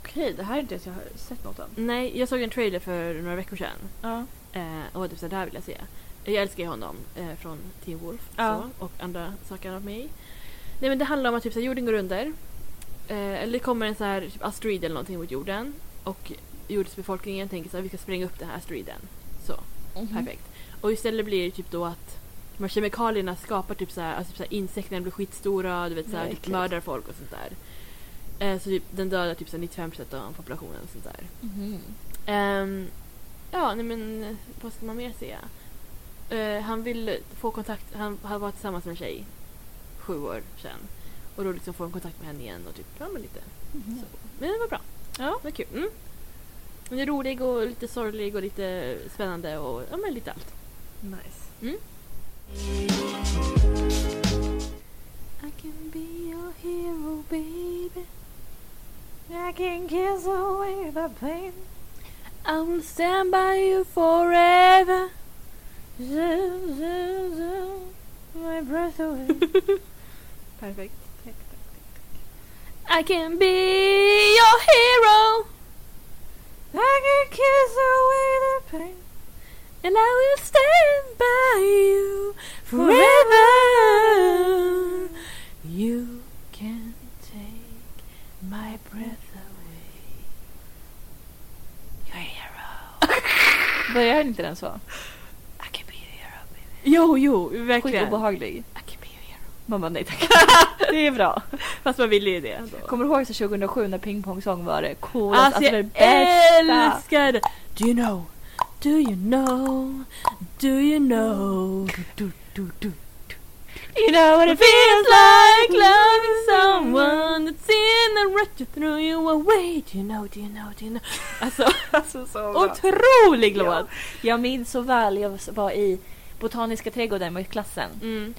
Okej, det här är inte ens jag har sett något av. Nej, jag såg en trailer för några veckor sedan. Ja. Eh, och var typ såhär, det här vill jag se. Jag älskar ju honom eh, från Teen Wolf Ja. så, och andra saker han har med i. Nej men det handlar om att typ såhär, jorden går under. Eh, eller det kommer en så här typ asteroid eller någonting mot jorden. Och jordbefolkningen tänker såhär, vi ska spränga upp den här asteroiden. Så, Mhm. perfekt. Och istället blir det typ då att de här kemikalierna skapar typ såhär, alltså typ såhär insekterna blir skitstora, du vet Ja, såhär, typ äckligt. mördar folk och sånt där. Eh, så typ, den dödar typ såhär 95% av populationen och sånt där. Mhm. Ehm, ja, nej men eh, vad ska man mer säga? Eh, han vill få kontakt, han, han var tillsammans med en tjej sju år sedan. Och då liksom får han kontakt med henne igen och typ, ja men lite. Så. Men det var bra. Ja. Det var kul. Mm. Den är rolig och lite sorglig och lite spännande och ja men lite allt. Nice. I can be your hero baby I can kiss away the pain I will stand by you forever You, you, you, my breath away Perfekt. Tack, tack. I can be your hero I can kiss away the pain And I will stand by you forever. You can take my breath away. Your hero. Börjar inte den så? I can be your hero baby. Jo, jo, verkligen. Skitobehaglig. I can be your hero. Man bara nej tack. det är bra. Fast man ville ju det. Kommer du ihåg så 2007 när pingpongsång var det coolast? Alltså Alltså, jag det bästa! älskar det. Do you know? Do you know? Do you know? Do, do, do. You know what But it feels like loving someone that's in and rush you through you away. Do you know, do you know, do you know? Alltså, Alltså, så bra. otrolig låt! Jag minns så väl, jag var i Botaniska trädgården med klassen. Mm.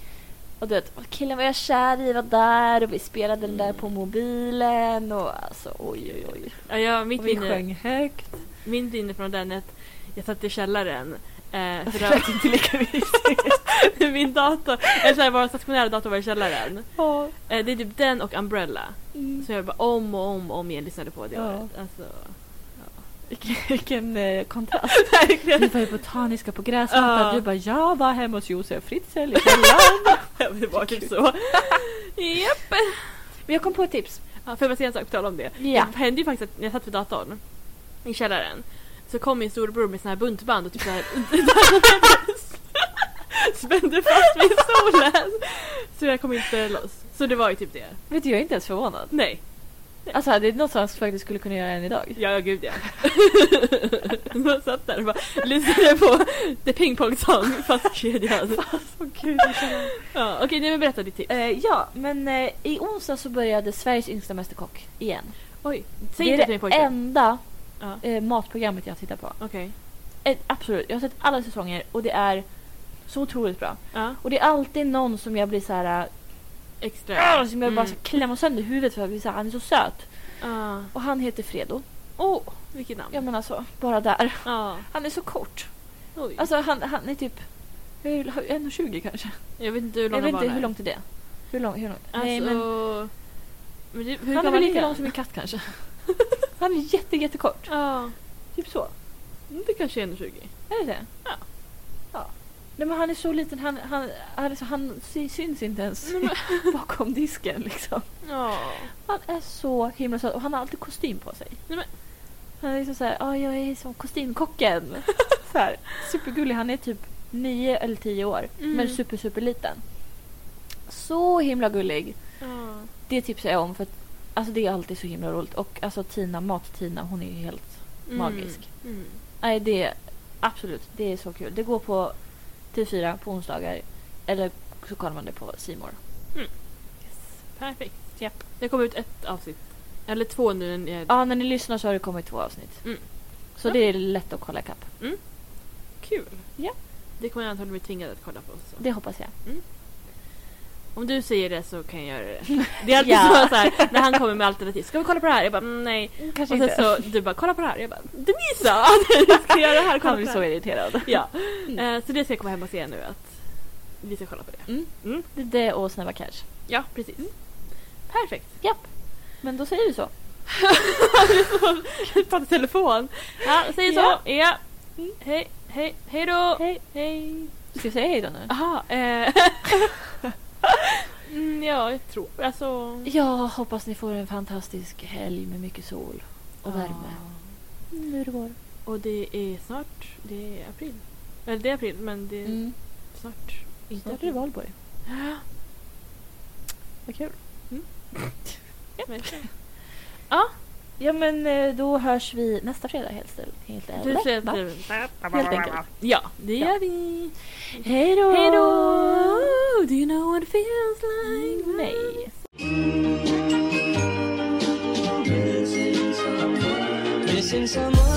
Och du vet, killen var jag kär i var där och vi spelade den där på mobilen och alltså oj oj oj. Ja, jag, mitt, Och vi minne, sjöng högt. mitt minne från den är att jag satt i källaren. Eh, för Det det lät inte lika mysigt. var, min dator, eller så här, vår stationära dator var i källaren. Ja. Eh, det är typ den och Umbrella. Mm. Så jag bara om och om och om igen lyssnade på det Ja. året. Alltså, Vilken- Vilken eh, kontrast. Vi var i Botaniska på gräsmattan. Ja. Du bara jag var hemma hos Josef Fritzl i källaren. det var typ så. Japp! Men jag kom på ett tips. Ja, får jag bara säga en sak på tal om det? Ja. Det hände ju faktiskt att när jag satt vid datorn i källaren så kom min storebror med sån här buntband och typ såhär spände fast mig i stolen. Så jag kom inte loss. Så det var ju typ det. Vet du jag är inte ens förvånad. Nej. Alltså det är något som jag faktiskt skulle kunna göra än idag. Ja, ja gud ja. Man satt där och bara lyssnade på The Ping Pong Song fast kedjad. Alltså gud. Ja, Okej, nu men berätta ditt tips. Eh, ja men eh, i onsdag så började Sveriges yngsta mästerkock igen. Oj, säg Det inte är till min det pojke. enda Ja. eh, matprogrammet jag tittar på. Okej. eh, absolut, jag har sett alla säsonger och det är så otroligt bra. Ja, Och det är alltid någon som jag blir så här, extra. äh, som jag bara Mm. ska klämma sönder huvudet för att jag blir så här, han är så söt. Ja. Och han heter Fredo. Åh, Mm. Ah, vilket namn. Jag menar alltså, bara där. Ja. Han är så kort. Oj. Alltså han, han är typ hur- 1,20 kanske. jag vet inte hur Jag långa vet inte barn hur är. långt är det? Hur lång? Hur lång? Alltså, Nej, men men... det- hur han är gammal väl lika han? lång som en katt kanske. han är jätte, jättekort. Ja, Typ så. Mm, det kanske är 1,20. Är det det? Ja. ja. Nej men han är så liten, han, han, han, är så- han sy- syns inte ens bakom disken liksom. Ja. Han är så himla söt och han har alltid kostym på sig. Nej, men- Han är liksom såhär, ja jag är som kostymkocken. så här, supergullig, han är typ 9 eller 10 år Mm. men super super liten. Så himla gullig. Ja. Det tipsar jag om för att alltså, det är alltid så himla roligt och alltså Tina, Mat-Tina hon är ju helt Mm. Magisk. Mm. Nej, det är absolut. Det är så kul. Det går på TV4 på onsdagar. Eller så kollar man det på Simor. Perfekt. Japp. Det kommer ut ett avsnitt. Eller två nu när ni är... Ja, när ni lyssnar så har det kommit två avsnitt. Mm. Så det är lätt att kolla kapp. Kul. Ja. Det kommer jag antagligen bli tvingad att kolla på. Så. Det hoppas jag. Om du säger det så kan jag göra det. Det är alltid Ja. så, så här, när han kommer med alternativ. Ska vi kolla på det här? Jag bara mm, nej. Kanske Och sen inte. så du bara kolla på det här. Jag bara Denise sa att vi ska göra det här. Kolla på Han blir det så här. irriterad. Ja. Mm. Eh, Så det ska jag komma hem och se nu att vi ska kolla på det. Mm. Mm. Det är det och Snabba Cash. Ja precis. mm. Perfekt. Japp. Men då säger vi så. Prata telefon. Ja, säg så. Ja. Ja. Hej, hej, hej då. Hej. Hej. Ska vi säga hej då nu? Aha, eh. mm, ja, jag tror alltså. Jag hoppas ni får en fantastisk helg med mycket sol och värme. Mm, Nu är det vår. Och det är snart, det är april. Eller det är april, men det är Mm. snart. Snart är det valborg. Vad kul. Mm. Ja men eh, då hörs vi nästa fredag helt enkelt. Helt Du enkelt. ser va? trevligt. Helt enkelt. Ja, det Ja. gör vi. Hej då! Hej då! Do you know what it feels like? Nej. Missing someone. Missing someone.